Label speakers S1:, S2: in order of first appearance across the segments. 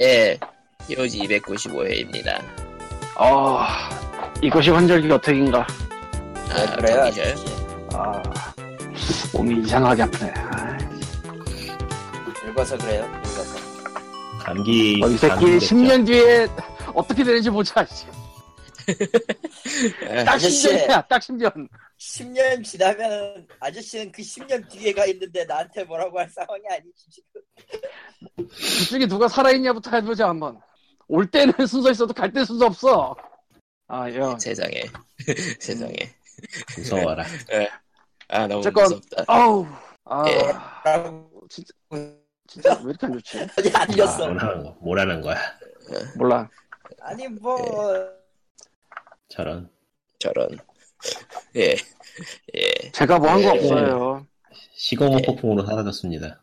S1: 예, 요지 295회입니다.
S2: 어, 이것이 환절기 어택인가?
S1: 아,
S3: 네, 그래요.
S1: 경기절.
S2: 아, 몸이 이상하게 아프네. 아,
S3: 아, 늙어서 그래요. 늙어서.
S4: 감기.
S2: 어, 이 새끼
S4: 감기겠죠.
S2: 10년 뒤에 어떻게 되는지 보자. 씨.
S1: 네,
S2: 딱
S3: 아저씨.
S2: 10년이야, 딱 10년.
S3: 10년 지나면 아저씨는 그 10년 뒤에가 있는데 나한테 뭐라고 할 상황이 아니지 지금.
S2: 그중에 누가 살아있냐부터 해보자, 한번. 올 때는 순서 있어도 갈 때 순서 없어. 아, 야.
S1: 세상에, 세상에.
S4: 무서워라.
S1: 아, 너무
S2: 어쨌건-
S1: 무섭다.
S2: 아우. 아,
S1: 예.
S3: 뭐라고
S2: 진짜, 진짜 왜 이렇게 안 좋지?
S3: 전혀 안
S4: 아,
S3: 렸어.
S4: 뭐라는 거- 뭐라는 거야.
S2: 몰라.
S3: 아니 뭐
S4: 저런.
S1: 저런. 예, 예.
S2: 제가 뭐 한 거
S1: 예.
S2: 없어요.
S4: 시공업
S1: 예.
S4: 폭풍으로 사라졌습니다.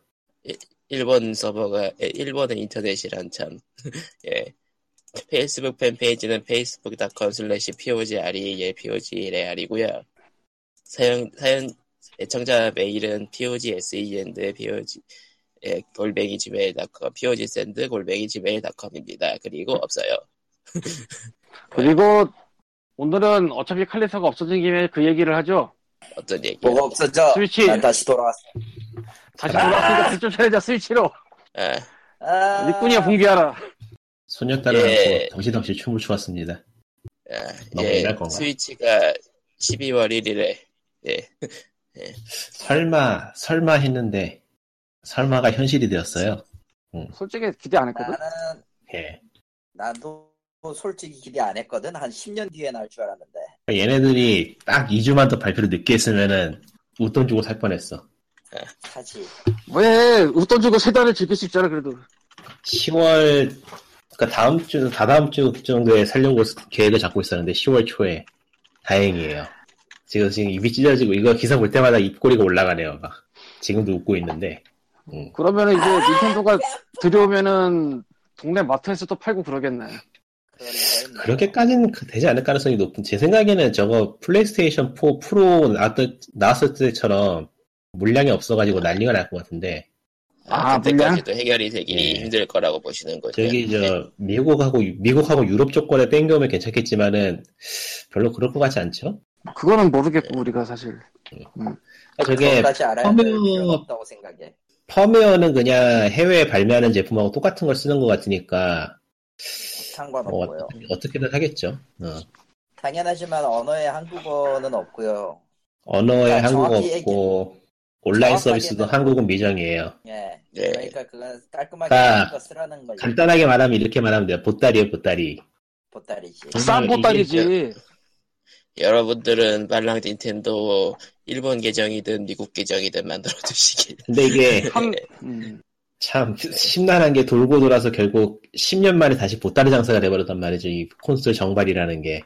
S1: 일본 서버가, 예, 일본의 인터넷이란 참. 예. 페이스북 팬페이지는 facebook.com slash pogrel, pogrel이고요. 사연, 사연, 애청자 메일은 pogsend, pog, 예, 골뱅이 gmail.com, pogsend, E 골뱅이 gmail.com입니다. 그리고 없어요.
S2: 그리고 오늘은 어차피 칼리사가 없어진 김에 그 얘기를 하죠.
S1: 어떤 얘기?
S3: 뭐가 없어져.
S2: 스위치.
S3: 난 다시 돌아왔어.
S2: 다시 돌아왔으니까 불좀 차리자, 스위치로.
S1: 아,
S3: 아,
S2: 니꾼이야, 붕괴하라.
S4: 소녀딸을
S1: 예.
S4: 안고 정신없이 춤을 추었습니다.
S1: 아,
S4: 너무
S1: 예,
S4: 옛날 건가?
S1: 스위치가 12월 1일에 예,
S4: 설마, 설마 했는데, 설마가 현실이 되었어요.
S2: 솔직히 기대 안 했거든.
S3: 나는
S4: 예.
S3: 나도 솔직히 기대 안 했거든. 한 10년 뒤에 나올 줄 알았는데.
S4: 그러니까 얘네들이 딱 웃돈주고 2주만 더 발표를 늦게 했으면은 웃돈 주고 살 뻔했어.
S3: 사실
S2: 왜 웃돈 주고 세 달을 즐길 수 있잖아 그래도.
S4: 10월, 그러니까 다음 주, 다다음 주 정도에 살려고 계획을 잡고 있었는데 10월 초에 다행이에요. 지금 지금 입이 찢어지고 이거 기사 볼 때마다 입꼬리가 올라가네요. 막 지금도 웃고 있는데. 음.
S2: 그러면 이제 닌텐도가 들여오면은 동네 마트에서도 팔고 그러겠네.
S3: 그런 거 있나?
S4: 그렇게까지는 그- 되지 않을 가능성이 높은. 제 생각에는 저거 플레이스테이션 4 프로 나왔던, 나왔을 때처럼 물량이 없어가지고 난리가 날 것 같은데
S2: 아,
S1: 그때까지도 해결이 되기
S4: 예.
S1: 힘들 거라고 보시는 거죠.
S4: 저기
S1: 예,
S4: 저 미국하고 유- 미국하고 유럽 조건에 땡겨오면 괜찮겠지만은 별로 그럴 것 같지 않죠?
S2: 그거는 모르겠고 우리가 사실.
S4: 그러니까 저게
S3: 그것까지 알아야 될
S4: 펌웨어-
S3: 필요가 없다고 생각해.
S4: 펌웨어는 그냥 해외에 발매하는 제품하고 똑같은 걸 쓰는 것 같으니까 뭐
S3: 상관없고요.
S4: 어떻게든 하겠죠. 어.
S3: 당연하지만 언어에 한국어는 없고요.
S4: 언어에
S3: 그러니까
S4: 한국어
S3: 정확히
S4: 없고 온라인
S3: 정확하게는-
S4: 서비스도 한국은 미정이에요.
S3: 예.
S1: 예.
S3: 그러니까 그건 깔끔하게
S4: 아,
S3: 한거 쓰라는 거지.
S4: 간단하게 말하면 이렇게 말하면 돼요. 보따리에 보따리.
S3: 보따리지.
S2: 싼
S4: 이게
S2: 보따리지.
S1: 여러분들은 말랑 닌텐도 일본 계정이든 미국 계정이든 만들어 두시길.
S4: 근데 이게
S2: 한. 음.
S4: 참 심란한 게 돌고 돌아서 결국 10년 만에 다시 보따리 장사가 돼버렸단 말이죠. 이 콘솔 정발이라는 게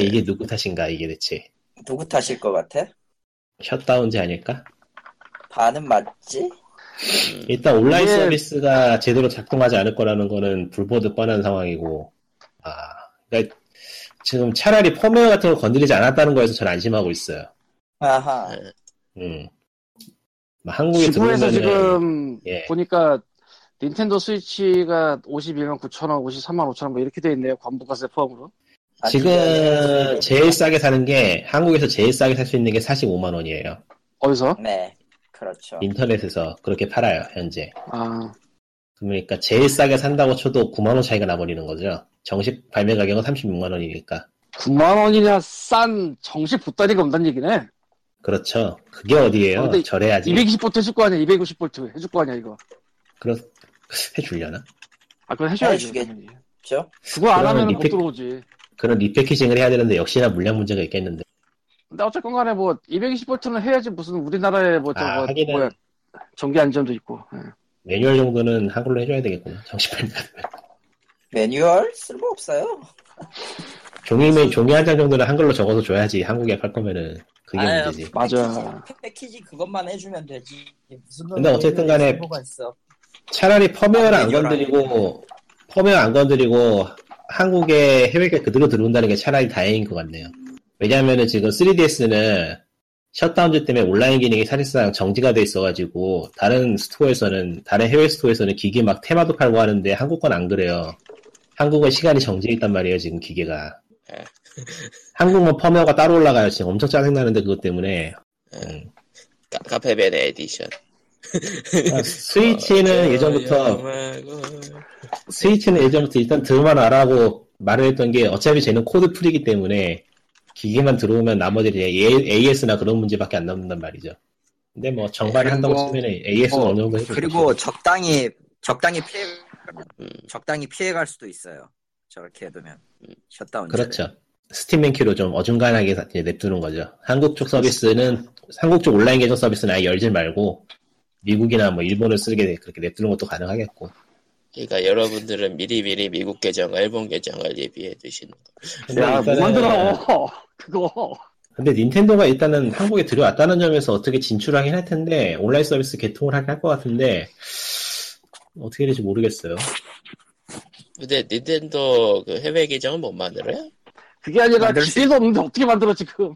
S2: 네.
S4: 이게 누구 탓인가 이게 대체
S3: 누구 탓일 것 같아?
S4: 셧다운제 아닐까?
S3: 반은 맞지?
S4: 일단 온라인
S2: 이게-
S4: 서비스가 제대로 작동하지 않을 거라는 거는 불보듯 뻔한 상황이고 아 그러니까 지금 차라리 펌웨어 같은 걸 건드리지 않았다는 거에서 저는 안심하고 있어요.
S3: 아하.
S4: 음 막 한국에
S2: 지구에서
S4: 들어오면은
S2: 지금
S4: 예.
S2: 보니까 닌텐도 스위치가 51만 9천 원, 53만 5천 원뭐 이렇게 돼 있네요. 관부가세 포함으로.
S3: 아,
S4: 지금
S3: 그게-
S4: 제일 싸게 사는 게 한국에서 제일 싸게 살 수 있는 게 45만 원이에요.
S2: 어디서?
S3: 네. 그렇죠.
S4: 인터넷에서 그렇게 팔아요 현재.
S2: 아,
S4: 그러니까 제일 싸게 산다고 쳐도 9만 원 차이가 나버리는 거죠. 정식 발매 가격은 36만 원이니까.
S2: 9만 원이나 싼 정식 보따리가 온다는
S4: 예.
S2: 얘기네.
S4: 그렇죠. 그게 어디예요?
S2: 근데
S4: 절해야지.
S2: 220볼트 해줄 거 아니야? 250볼트 해줄 거 아니야 이거?
S4: 그렇 해주려나?
S2: 아, 그건 해줘야지.
S3: 해주겠지.
S2: 당연히.
S3: 그렇죠?
S2: 그거 안
S4: 그러면
S2: 하면 못
S4: 리팩-
S2: 들어오지.
S4: 그런 리패키징을 해야 되는데 역시나 물량 문제가 있겠는데.
S2: 근데 어쨌건 간에 뭐 220볼트는 해야지 무슨 우리나라에 뭐 저거
S4: 아, 하기는-
S2: 뭐야 전기 안전도 있고 예.
S4: 매뉴얼 정도는 한글로 해줘야 되겠구나. 정식 발매. 가격은.
S3: 매뉴얼 쓸모 없어요.
S4: 종이 매 종이 한 장 정도는 한글로 적어서 줘야지. 한국에 팔 거면은 그게
S3: 아유,
S4: 문제지.
S2: 맞아.
S3: 패키지, 패키지 그것만 해주면 되지. 무슨
S4: 근데 어쨌든
S3: 매뉴얼
S4: 간에-
S3: 쓸모가 있어.
S4: 차라리 펌웨어를 안
S3: 매뉴얼
S4: 건드리고 펌웨어 안 건드리고 한국에 해외가 그대로 들어온다는 게 차라리 다행인 것 같네요. 왜냐하면은 지금 3DS는 셧다운제 때문에 온라인 기능이 사실상 정지가 돼 있어가지고 다른 스토어에서는 다른 해외 스토어에서는 기계 막 테마도 팔고 하는데 한국 건 안 그래요. 한국은 시간이 정지해 있단 말이에요 지금 기계가.
S1: 예.
S4: 한국은 펌웨어가 따로 올라가요 지금 엄청 짜증나는데 그것 때문에 음.
S1: 카- 카페베네 에디션. 어,
S4: 아, 스위치는 어, 예전부터 스위치는 예전부터 일단 들어만 알아고 말을 했던 게 어차피 쟤는 코드 풀이기 때문에 기계만 들어오면 나머지 이제 AS나 그런 문제밖에 안 남는단 말이죠. 근데 뭐 정발을
S3: 네, 그리고
S4: 한다고 치면 AS는
S3: 뭐,
S4: 어느 정도 해줄
S3: 그리고
S4: 것이고.
S3: 적당히 적당히 피해
S1: 음.
S3: 적당히 피해갈 수도 있어요. 저렇게 해두면 셧다운.
S4: 그렇죠. 스팀 맨키로 좀 어중간하게 이제 냅두는 거죠. 한국 쪽 서비스는 한국 쪽 온라인 계정 서비스는 아예 열지 말고 미국이나 뭐 일본을 쓰게 그렇게 냅두는 것도 가능하겠고
S1: 그러니까 여러분들은 미리미리 미국 계정과 일본 계정을 예비해 두시는 거.
S4: 근데
S2: 야, 못
S4: 일단은-
S2: 만들어. 그거.
S4: 근데 닌텐도가 일단은 한국에 들어왔다는 점에서 어떻게 진출하긴 할 텐데 온라인 서비스 개통을 하긴 할 것 같은데 어떻게 될지 모르겠어요.
S1: 근데 닌텐도 그 해외 계정은 못 만들어요?
S2: 그게 아니라
S3: 만들 수
S2: 기계도 없는데 어떻게 만들어, 지금.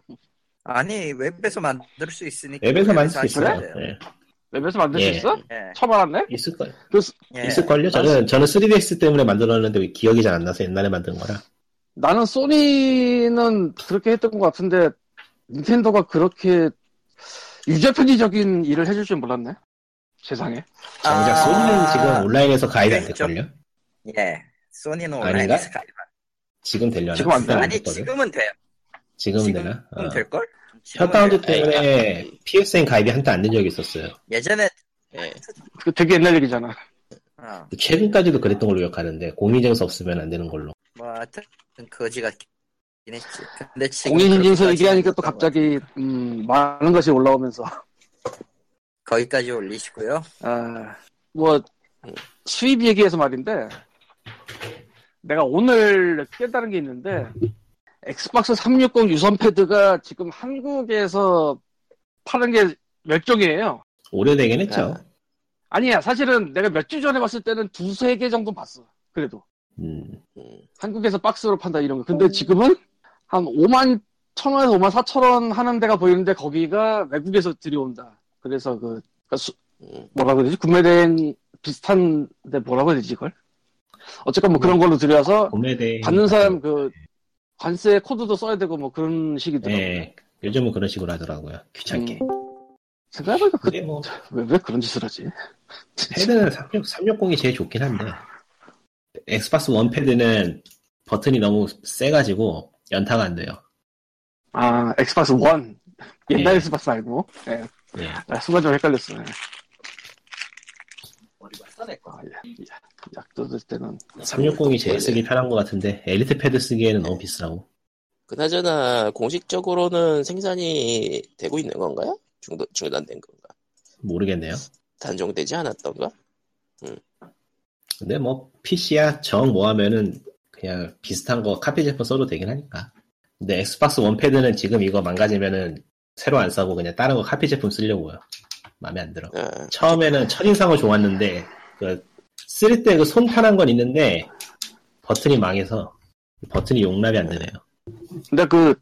S3: 아니 웹에서 만들 수 있으니까
S4: 앱에서 만들 수
S3: 하시면
S4: 있어요.
S3: 돼요.
S4: 예.
S2: 웹에서 만들 수
S4: 예.
S2: 있어?
S3: 예.
S2: 처음 알았네?
S4: 있을 걸
S2: 그 스-
S3: 예.
S4: 있을 걸요. 저는 저는 3DS 때문에 만들었는데 기억이 잘 안 나서 옛날에 만든 거라.
S2: 나는 소니는 그렇게 했던 것 같은데, 닌텐도가 그렇게 유저 편의적인 일을 해줄 줄 몰랐네? 세상에.
S4: 정작
S3: 아,
S4: 소니는 지금 온라인에서 가이드 안 될걸요?
S3: 예. 소니는
S4: 아닌가?
S3: 온라인 스카이.
S4: 지금 되려나?
S2: 지금 안 되나?
S3: 아니 지금은 돼요.
S4: 지금 되나?
S3: 지금
S4: 어.
S3: 될 걸?
S5: 예.
S4: 셧다운제
S1: 돼요.
S4: 때문에 PSN 가이드 한때 안 된 적이 있었어요.
S3: 예전에
S1: 예.
S2: 그 되게 옛날 얘기잖아.
S3: 어,
S4: 최근까지도 그랬던 걸로 기억하는데 공인증서 없으면 안 되는 걸로.
S3: 뭐 하여튼 거지 같긴 했지. 근데 지금
S2: 공인인증서
S3: 그렇게까지는
S2: 얘기하니까 또
S3: 없던 것
S2: 갑자기, 음, 많은 것이 올라오면서.
S3: 거기까지 올리시고요.
S2: 아, 뭐 수입 얘기해서 말인데 내가 오늘 깨달은 게 있는데 엑스박스 360 유선 패드가 지금 한국에서 파는 게 멸종이에요.
S4: 오래되긴 했죠.
S2: 아니야 사실은 내가 몇 주 전에 봤을 때는 두세 개 정도 봤어. 그래도
S4: 음.
S1: 음.
S2: 한국에서 박스로 판다 이런 거. 근데 지금은 한 5만 천 원에서 5만 4천 원 하는 데가 보이는데 거기가 외국에서 들여온다. 그래서 그 그러니까 수-
S1: 음.
S2: 뭐라고 해야 되지? 구매된 비슷한데 뭐라고 해야 되지, 이걸? 어쨌건 뭐 그런 걸로 들여서
S4: 구매대
S2: 받는 사람 그 관세 코드도 써야 되고 뭐 그런 식이더라고요.
S4: 예. 요즘은 그런 식으로 하더라고요. 귀찮게.
S2: 생각해보니까 그,
S4: 근데 뭐
S2: 왜, 왜 그런 짓을 하지?
S4: 패드는 360, 360이 제일 좋긴 한데 엑스박스 원 패드는 버튼이 너무 세가지고 연타가 안 돼요.
S2: 아, 엑스박스 1. 옛날
S4: 예.
S2: 엑스박스 알고. 예.
S4: 예.
S2: 아, 순간 좀 헷갈렸어요. 아, 예. 약 뜯을 때는.
S4: 360이 제일 쓰기 편한 것 같은데 엘리트 패드 쓰기에는 너무 비싸고.
S1: 그나저나 공식적으로는 생산이 되고 있는 건가요? 중도, 중단된 건가?
S4: 모르겠네요.
S1: 단종되지 않았던가?
S4: 근데 뭐 PC야 정 뭐 하면은 그냥 비슷한 거 카피 제품 써도 되긴 하니까. 근데 엑스박스 원 패드는 지금 이거 망가지면은 새로 안 사고 그냥 다른 거 카피 제품 쓰려고요. 마음에 안 들어.
S1: 아,
S4: 처음에는 첫인상은 좋았는데 그 쓸 때 그 손 타는 건 있는데 버튼이 망해서 버튼이 용납이 안 되네요.
S2: 근데 그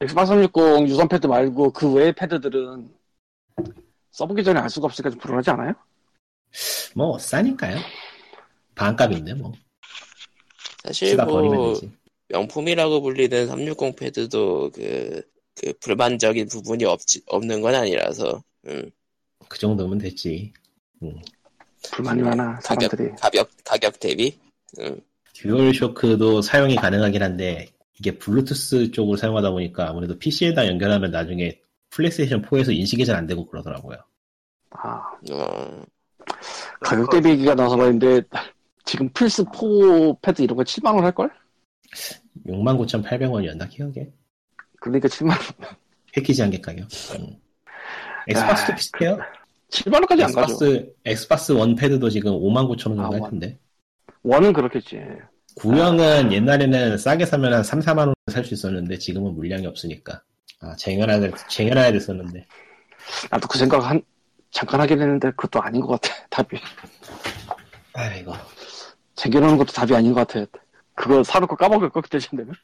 S2: 엑스박스 360 유선 패드 말고 그 외의 패드들은 써보기 전에 알 수가 없으니까 좀 불안하지 않아요?
S4: 뭐 싸니까요. 반값인데 뭐
S1: 사실
S4: 쓰다 버리면
S1: 뭐
S4: 되지.
S1: 명품이라고 불리는 360 패드도 그, 그 불만적인 부분이 없지, 없는 건 아니라서 음,
S4: 그 정도면 되지.
S2: 불만이 많아,
S1: 가격,
S2: 사람들이.
S1: 가격, 가격 대비 음,
S4: 듀얼 쇼크도 사용이 가능하긴 한데 이게 블루투스 쪽으로 사용하다 보니까 아무래도 PC에다 연결하면 나중에 플레이스테이션 4에서 인식이 잘 안 되고 그러더라고요.
S2: 아,
S1: 어,
S2: 가격 대비기가 나서 말인데 지금 플스 4 패드 이런 거 7만 원 할 걸?
S4: 69,800원이었나 기억에?
S2: 그러니까 7만 원,
S4: 패키지 한 개 가격. 음. 엑스박스도
S2: 아,
S4: 비슷해요.
S2: 7만 원까지 안 가죠.
S4: 엑스박스 엑스박스 원 패드도 지금 59,000원 정도
S2: 아,
S4: 할
S2: 원.
S4: 텐데.
S2: 원은 그렇겠지. 아.
S4: 구형은 옛날에는 싸게 사면 한 3, 4만 원 살 수 있었는데 지금은 물량이 없으니까. 아, 쟁여놔야 될, 쟁여놔야 됐었는데.
S2: 나도 그 생각 한 잠깐 하긴 했는데 그것도 아닌 것 같아. 답이
S4: 아이고.
S2: 챙겨놓는 것도 답이 아닌 것 같아. 그거 사놓고 까먹을 거 그때쯤 되면.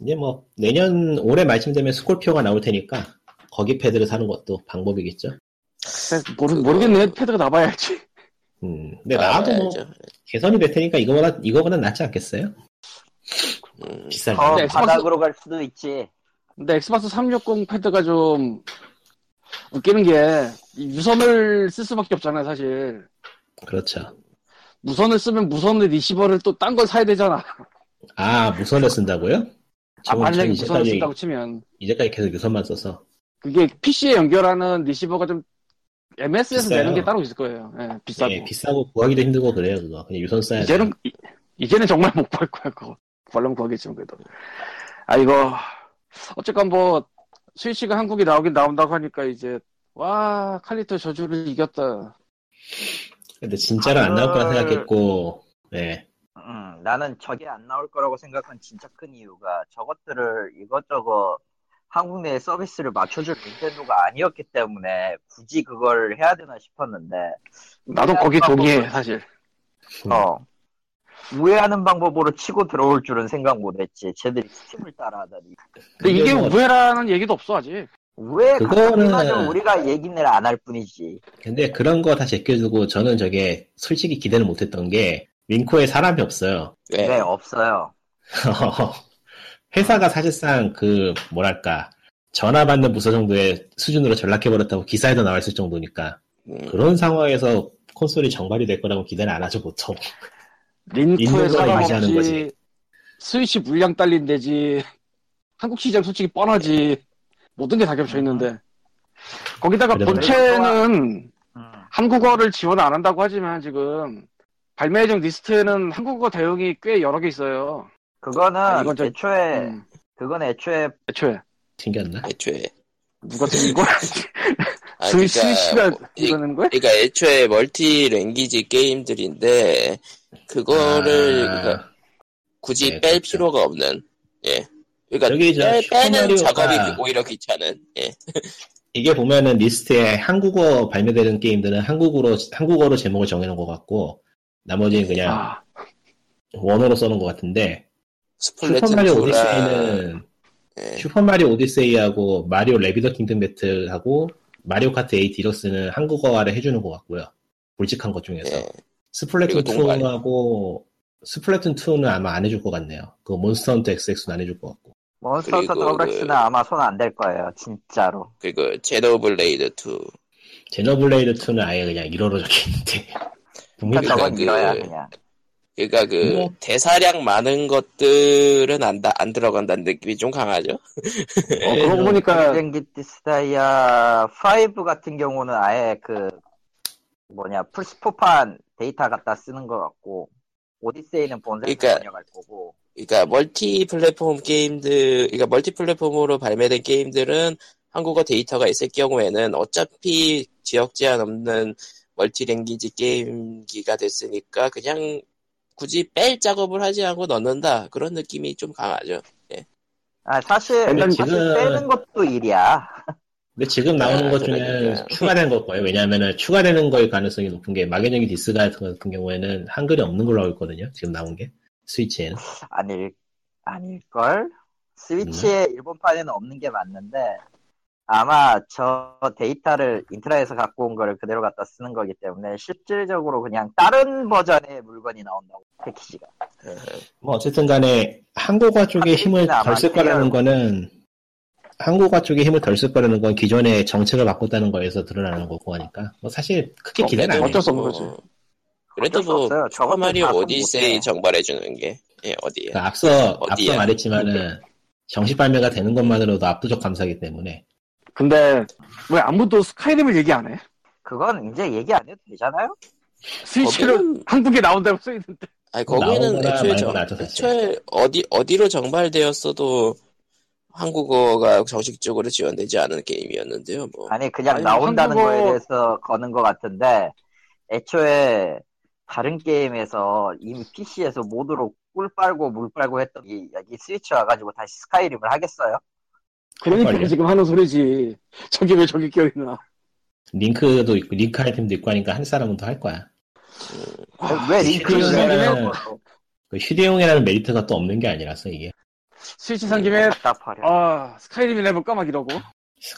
S4: 이제 뭐 내년 올해 말쯤 되면 스콜피오가 나올 테니까 거기 패드를 사는 것도 방법이겠죠. 그
S2: 근데 모르, 모르겠네. 패드가 나봐야 알지.
S4: 음, 근데 나도 뭐
S1: 알아야죠.
S4: 개선이 될 테니까 이거보다 이거보다 낫지 않겠어요?
S1: 음.
S4: 비싼
S2: 아,
S4: 거.
S2: 네.
S5: 바닥으로 갈 수도 있지.
S2: 근데 엑스박스 360 패드가 좀 웃기는 게이 유선을 쓸 수밖에 없잖아요, 사실.
S4: 그렇죠.
S2: 무선을 쓰면 무선의 리시버를 또 딴 걸 사야 되잖아.
S4: 아 무선을 쓴다고요?
S2: 아,
S4: 저건
S2: 만약에
S4: 전
S2: 무선을
S4: 이제까지
S2: 쓴다고 치면
S4: 이제까지 계속 유선만 써서
S2: 그게 PC에 연결하는 리시버가 좀 MS에서
S4: 비싸요.
S2: 내는 게 따로 있을 거예요. 예, 비싸고.
S4: 예, 비싸고 구하기도 힘들고 그래요 그거 그냥 유선 써야 돼.
S2: 이제는 이- 이제는 정말 못 구할 거야 그거. 벌렁 구하겠지만 그래도. 아 이거 어쨌건 뭐 스위치가 한국에 나오긴 나온다고 하니까 이제 와 칼리토 저주를 이겼다.
S4: 근데 진짜로 안 나올 거라
S5: 그걸-
S4: 생각했고, 예,
S5: 음, 나는 저게 안 나올 거라고 생각한 진짜 큰 이유가 저것들을 이것저것 한국 내 서비스를 맞춰줄 닌텐도가 아니었기 때문에 굳이 그걸 해야 되나 싶었는데
S2: 나도 거기 동의해 사실.
S5: 어 우회하는 방법으로 치고 들어올 줄은 생각 못했지 쟤들이 스팀을 따라하다니
S2: 근데 이게
S4: 뭐-
S2: 우회라는 얘기도 없어 아직.
S5: 왜
S4: 그거는-
S5: 그거는 우리가 얘기를 안 할 뿐이지
S4: 근데 그런 거 다 제껴두고 저는 저게 솔직히 기대를 못했던 게 윙코에 사람이 없어요.
S1: 네.
S5: 네, 없어요
S4: 회사가 사실상 그 뭐랄까 전화 받는 부서 정도의 수준으로 전락해 버렸다고 기사에도 나와 있을 정도니까
S1: 음.
S4: 그런 상황에서 콘솔이 정발이 될 거라고 기대를 안 하죠 보통. 있는
S2: 링크에
S4: 거나
S2: 사람
S4: 유지하는
S2: 없지.
S4: 거지.
S2: 스위치 물량 딸린대지. 한국 시장 솔직히 뻔하지. 모든 게 다 겹쳐 있는데. 거기다가
S4: 그래도
S2: 본체는
S5: 음.
S2: 한국어를 지원 안 한다고 하지만 지금 발매 예정 리스트에는 한국어 대응이 꽤 여러 개 있어요.
S5: 그거는
S2: 아, 이건 좀-
S5: 애초에
S1: 네.
S2: 음,
S5: 그건 애초에
S1: 아,
S2: 애초에
S4: 튕겼나?
S1: 애초에
S2: 누가 들린 거야?
S1: 아,
S2: 스위-
S1: 그러니까
S2: 스위치가
S1: 뭐- 이-
S2: 이러는 거야?
S1: 그러니까 애초에 멀티 랭귀지 게임들인데 그거를
S4: 아,
S1: 그러니까 굳이
S4: 네,
S1: 뺄
S4: 그렇죠.
S1: 필요가 없는 예 그러니까
S4: 저기 저
S1: 빼, 빼는
S4: 슈퍼마리오가-
S1: 작업이 오히려 귀찮은 예
S4: 이게 보면은 리스트에 한국어 발매되는 게임들은 한국어로 한국어로 제목을 정해놓은 것 같고 나머지는 그냥
S2: 아,
S4: 원어로 써놓은 것 같은데
S1: 스플래툰
S4: 슈퍼마리오
S1: 투라
S4: 오디세이는
S1: 예.
S4: 슈퍼마리오 오디세이하고 마리오 레비더 킹덤 배틀하고 마리오 카트 8 디럭스는 한국어화를 해주는 것 같고요. 굵직한 것 중에서
S1: 예.
S4: 스플래툰
S1: 그리고 동반.
S4: 2하고 스플래툰 2는 아마 안 해줄 것 같네요. 그 몬스터 헌터 XX는 안 해줄 것 같고
S5: 몬스터
S1: 그리고
S5: 헌터 더블엑스는
S1: 그-
S5: 아마 손 안 댈 거예요 진짜로
S1: 그리고 제노블레이드 2
S4: 제너블레이드 2는 아예 그냥 1어로 적혀 있는데 분명히
S5: 그러니까 저건
S1: 그-
S5: 이어야 그냥
S1: 그러니까 그
S4: 뭐.
S1: 대사량 많은 것들은 안, 다- 안 들어간다는 느낌이 좀 강하죠
S2: 어, 그러고 보니까
S1: 네.
S5: 전쟁기 디스다이아 5 같은 경우는 아예 그 뭐냐 풀스포판 데이터 갖다 쓰는 것 같고 오디세이는 본사에서
S1: 그러니까-
S5: 전혀갈 거고
S1: 그러니까 멀티 플랫폼 게임들, 그러니까 멀티 플랫폼으로 발매된 게임들은 한국어 데이터가 있을 경우에는 어차피 지역 제한 없는 멀티 랭귀지 게임기가 됐으니까 그냥 굳이 뺄 작업을 하지 않고 넣는다 그런 느낌이 좀 강하죠.
S5: 아 사실
S4: 근데
S5: 사실
S4: 지금-
S5: 빼는 것도 일이야
S4: 근데 지금 나오는
S1: 아,
S4: 것 중에
S1: 그러니까.
S4: 추가된 것 거예요. 왜냐하면 추가되는 거일 가능성이 높은 게 마개정기 디스 같은 경우에는 한글이 없는 걸로 알고 있거든요. 지금 나온 게 스위치에는.
S5: 아닐 아닐걸 스위치에 일본판에는 없는 게 맞는데 아마 저 데이터를 인트라에서 갖고 온 거를 그대로 갖다 쓰는 거기 때문에 실질적으로 그냥 다른 버전의 물건이 나온다고 그 패키지가
S4: 뭐 어쨌든 간에 한국어 쪽에 힘을 덜 쓸 거라는 거는 한국어 쪽에 힘을 덜 쓸 거라는 건 기존의 정책을 바꿨다는 거에서 드러나는 거고 하니까 뭐 사실 크게 기대는 안
S1: 그래도
S4: 해요.
S2: 어쩔 수 없는
S1: 뭐,
S2: 거지.
S1: 그래도
S5: 어쩔 수
S1: 뭐
S5: 없어요. 저것도
S1: 슈퍼마리오
S5: 다
S1: 오디세이
S5: 못해.
S1: 정발해 주는 게 예, 어디에?
S4: 그러니까 앞서
S1: 어디야?
S4: 앞서 말했지만은 정식 발매가 되는 것만으로도 압도적 감사이기 때문에
S2: 근데 왜 아무도 스카이림을 얘기 안 해?
S5: 그건 이제 얘기 안 해도 되잖아요?
S2: 스위치로
S1: 거기는-
S2: 한국에 나온다고 써 있는데
S1: 아니 거기는
S4: 나오거나
S1: 애초에, 정,
S4: 말거나 하죠, 사실.
S1: 애초에 어디 어디로 정발되었어도 한국어가 정식적으로 지원되지 않은 게임이었는데요. 뭐
S5: 아니 그냥
S2: 아니,
S5: 나온다는
S2: 한국어-
S5: 거에 대해서 거는 것 같은데 애초에 다른 게임에서 이미 PC에서 모드로 꿀 빨고 물 빨고 했던 이, 이 스위치 와가지고 다시 스카이림을 하겠어요?
S2: 그러니까
S4: 빨리.
S2: 지금 하는 소리지. 저게 왜 저기 껴있나?
S4: 링크도 있고 링크 아이템도 있고 하니까 한 사람은 더 할 거야.
S2: 아,
S5: 왜
S2: 그
S4: 스위치
S5: 링크를
S4: 하면은- 그 휴대용이라는 메리트가 또 없는 게 아니라서 이게.
S5: 네,
S2: 스위치 산 김에
S5: 다 버려.
S2: 아 스카이림이나 해볼까 막 이러고
S1: 뭐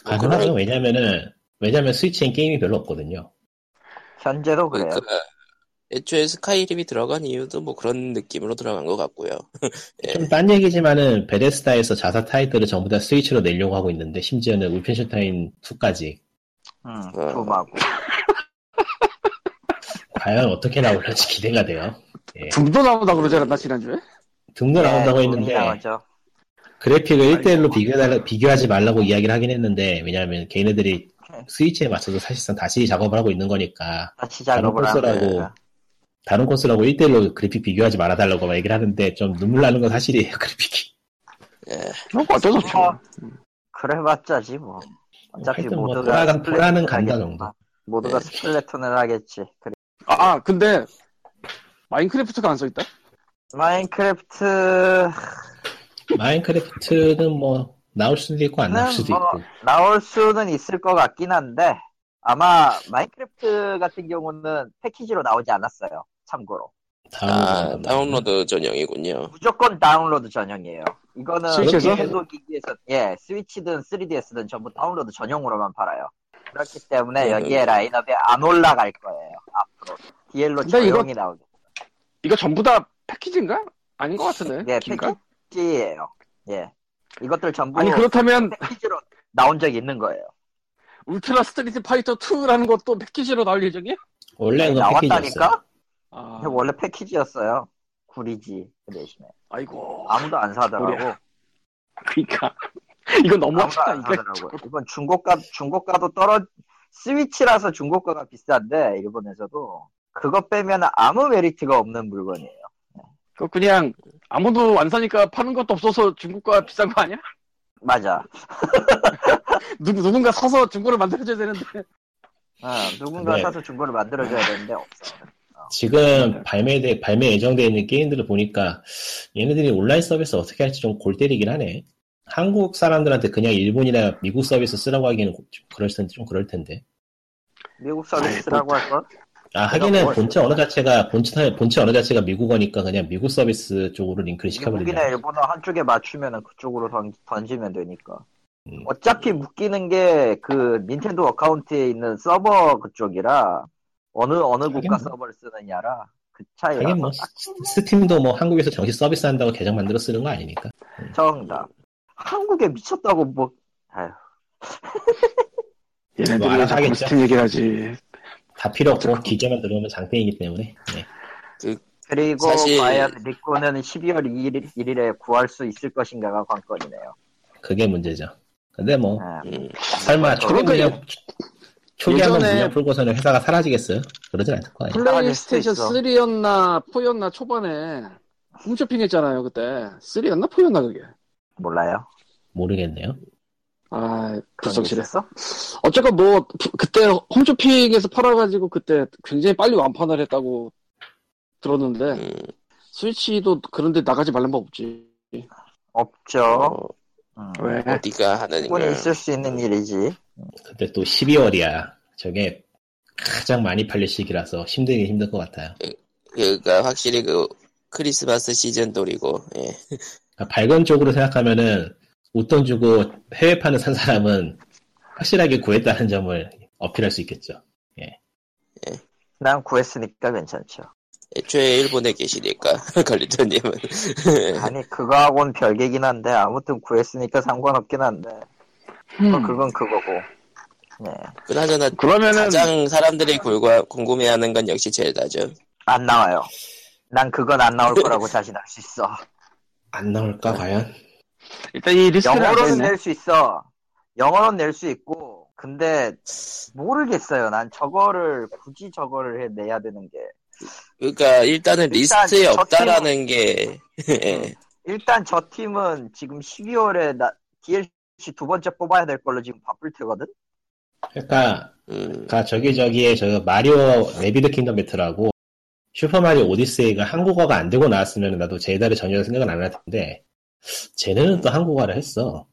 S4: 가능하죠. 왜냐면은, 왜냐면 스위치엔 게임이 별로 없거든요.
S5: 현재도 그래요.
S1: 그러니까 애초에 스카이림이 들어간 이유도 뭐 그런 느낌으로 들어간 것 같고요. 예.
S4: 좀 딴 얘기지만은, 베데스다에서 자사 타이틀을 전부 다 스위치로 내려고 하고 있는데, 심지어는 울펜슈타인 2까지.
S5: 음,
S1: 어.
S5: 붐하고.
S4: 과연 어떻게 나올지 기대가 돼요. 예.
S2: 둠도 나온다 그러지 않았나 지난주에?
S4: 등도 나온다고
S5: 네,
S4: 했는데,
S5: 나오죠.
S4: 그래픽을 1대1로 비교해달라, 비교하지 말라고 이야기를 하긴 했는데, 왜냐면 걔네들이
S5: 네.
S4: 스위치에 맞춰서 사실상 다시 작업을 하고 있는 거니까,
S5: 다시
S4: 다른
S5: 작업을
S4: 콘솔하고,
S5: 하고.
S4: 다른 콘솔하고 1대1로 그래픽 비교하지 말아달라고 막 얘기를 하는데, 좀 눈물 나는 건 사실이에요, 그래픽이.
S2: 그런 거 어쩔 수 없죠.
S5: 어, 그래봤자지 뭐. 어차피
S4: 하여튼 뭐
S5: 모두가
S4: 돌아간- 돌아가는
S5: 스플래툰을
S4: 간다
S5: 하겠지.
S4: 정도.
S5: 모두가
S1: 네.
S5: 스플래툰을 하겠지. 그리고
S2: 아, 아, 근데 마인크래프트가 안 써있다?
S5: 마인크래프트
S4: 마인크래프트는 뭐, 나올 수도 있고, 안 나올
S5: 나는
S4: 수도
S5: 뭐-
S4: 있고.
S5: 나올 수는 있을 것 같긴 한데 아마 마인크래프트 같은 경우는 패키지로 나오지 않았어요. 참고로
S1: 아,
S4: 다운로드.
S1: 다운로드 전용이군요.
S5: 무조건 다운로드 전용이에요. 이거는
S2: 스위치에서?
S5: 도 기기에서 예 스위치든 3DS든 전부 다운로드 전용으로만 팔아요. 그렇기
S2: 네,
S5: 때문에 여기에 라인업에 안 올라갈 거예요. 앞으로 DL로
S2: 근데 이거-
S5: 조용히 나오죠.
S2: 이거 전부 다 패키지인가? 아닌 것 같은데?
S5: 예
S2: 긴가?
S5: 패키지예요. 뭐 예 이것들 전부
S2: 아니 그렇다면
S5: 패키지로 나온 적이 있는 거예요.
S2: 울트라 스트리트 파이터 2라는 것도 패키지로 나올 예정이야?
S4: 원래는 그건 패키지였어요.
S5: 네, 나왔다니까?
S2: 아,
S5: 이게 원래 패키지였어요. 구리지 그 대신에
S2: 아이고
S5: 아무도 안 사더라고.
S2: 그러니까 이건
S5: 아무도
S2: 너무하다
S5: 안
S2: 이게
S5: 사더라고. 이건 중고가 중고가도 떨어 스위치라서 중고가가 비싼데 일본에서도 그거 빼면 아무 메리트가 없는 물건이에요.
S2: 그거 그냥 아무도 안 사니까 파는 것도 없어서 중고가 비싼 거 아니야?
S5: 맞아.
S2: 누, 누군가 사서 중고를 만들어줘야 되는데
S5: 어, 누군가
S4: 네.
S5: 사서 중고를 만들어줘야 되는데 없어. 네.
S4: 지금 발매돼, 발매 예정되어 있는 게임들을 보니까, 얘네들이 온라인 서비스 어떻게 할지 좀 골 때리긴 하네. 한국 사람들한테 그냥 일본이나 미국 서비스 쓰라고 하기는 좀 그럴 텐데, 좀 그럴 텐데.
S5: 미국 서비스라고 할 걸?
S4: 아,
S5: 그러니까
S4: 하기는
S5: 뭘-
S4: 본체 언어 자체가, 본체, 본체 언어 자체가 미국어니까 그냥 미국 서비스 쪽으로 링크를
S5: 미국이나
S4: 시켜버리면.
S5: 일본어 한쪽에 맞추면 그쪽으로 던, 던지면 되니까.
S4: 음.
S5: 어차피 묶이는 게 그 닌텐도 어카운트에 있는 서버 그쪽이라 어느 어느
S4: 하긴
S5: 국가
S4: 뭐.
S5: 서버를 쓰느냐라 그 차이라
S4: 하긴 뭐, 스- 스팀도 뭐 한국에서 정식 서비스 한다고 계정 만들어 쓰는 거 아니니까.
S5: 정답. 한국에 미쳤다고 뭐 아휴,
S2: 얘네들이
S4: 뭐 알아서
S2: 왜 예, 뭐 자꾸
S4: 하겠죠.
S2: 스팀 얘기를 하지
S4: 다 필요 없고, 기계만 들어오면 장땡이기 때문에. 네.
S5: 그리고
S1: 사실-
S5: 과연 리코는 12월 2일, 1일에 구할 수 있을 것인가가 관건이네요.
S4: 그게 문제죠. 근데 뭐,
S5: 아,
S1: 음.
S4: 설마 초기
S2: 그러니까
S4: 물량 초기 한번
S2: 예전에-
S4: 물량 풀고서는 회사가 사라지겠어요? 그러진 않을 거예요.
S5: 나가질 수도
S2: 플레이스테이션
S5: 있어.
S2: 3였나 4였나 초반에 홈쇼핑 했잖아요 그때 3였나 4였나 그게
S5: 몰라요. 모르겠네요.
S4: 모르겠네요.
S2: 아
S5: 그런 게
S2: 불성실했어
S5: 있었어?
S2: 어쨌건 뭐 부- 그때 홈쇼핑에서 팔아가지고 그때 굉장히 빨리 완판을 했다고 들었는데
S1: 음,
S2: 스위치도 그런데 나가지 말란 법 없지
S5: 없죠.
S1: 어,
S5: 음.
S2: 왜?
S1: 어디가 하는 거
S5: 충분히 있을 수 있는 일이지.
S4: 근데 또 12월이야. 저게 가장 많이 팔릴 시기라서 힘들긴 힘들 것 같아요.
S1: 그러니까 확실히 그 크리스마스 시즌 돌이고 예.
S4: 그러니까 발건 쪽으로 생각하면은 웃돈 주고 해외판을 산 사람은 확실하게 구했다는 점을 어필할 수 있겠죠.
S5: 난 구했으니까 괜찮죠.
S1: 애초에 일본에 계시니까 걸리터님은 네.
S5: 아니 그거하고는 별개긴 한데 아무튼 구했으니까 상관없긴 한데 뭐
S2: 음.
S1: 음.
S5: 그건 그거고 네.
S1: 그나저나
S2: 그러면은
S1: 가장 사람들이 굴과- 궁금해하는 건 역시 젤다죠.
S5: 안 나와요 난 그건 안 나올
S1: 네.
S5: 거라고 자신할 수 있어
S4: 안 나올까 과연?
S2: 일단 이 리스크를 안
S5: 영어로는
S2: 써있네
S5: 낼 수 있어 영어로는 낼 수 있고 근데 모르겠어요 난 저거를 굳이 저거를 해 내야 되는 게
S1: 그러니까 일단은
S5: 일단
S1: 리스트에
S5: 저
S1: 없다라는 게 예.
S5: 일단 저 팀은 지금 12월에 나 DLC 두 번째 뽑아야 될 걸로 지금 바쁠 테거든
S4: 그러니까,
S1: 음,
S4: 그러니까 저기 저기에 저 마리오 레비드 킹덤 배틀하고 슈퍼마리오 오디세이가 한국어가 안 되고 나왔으면 나도 제달에 전혀 생각은 안 할 텐데 쟤네는 또 한국어를 했어.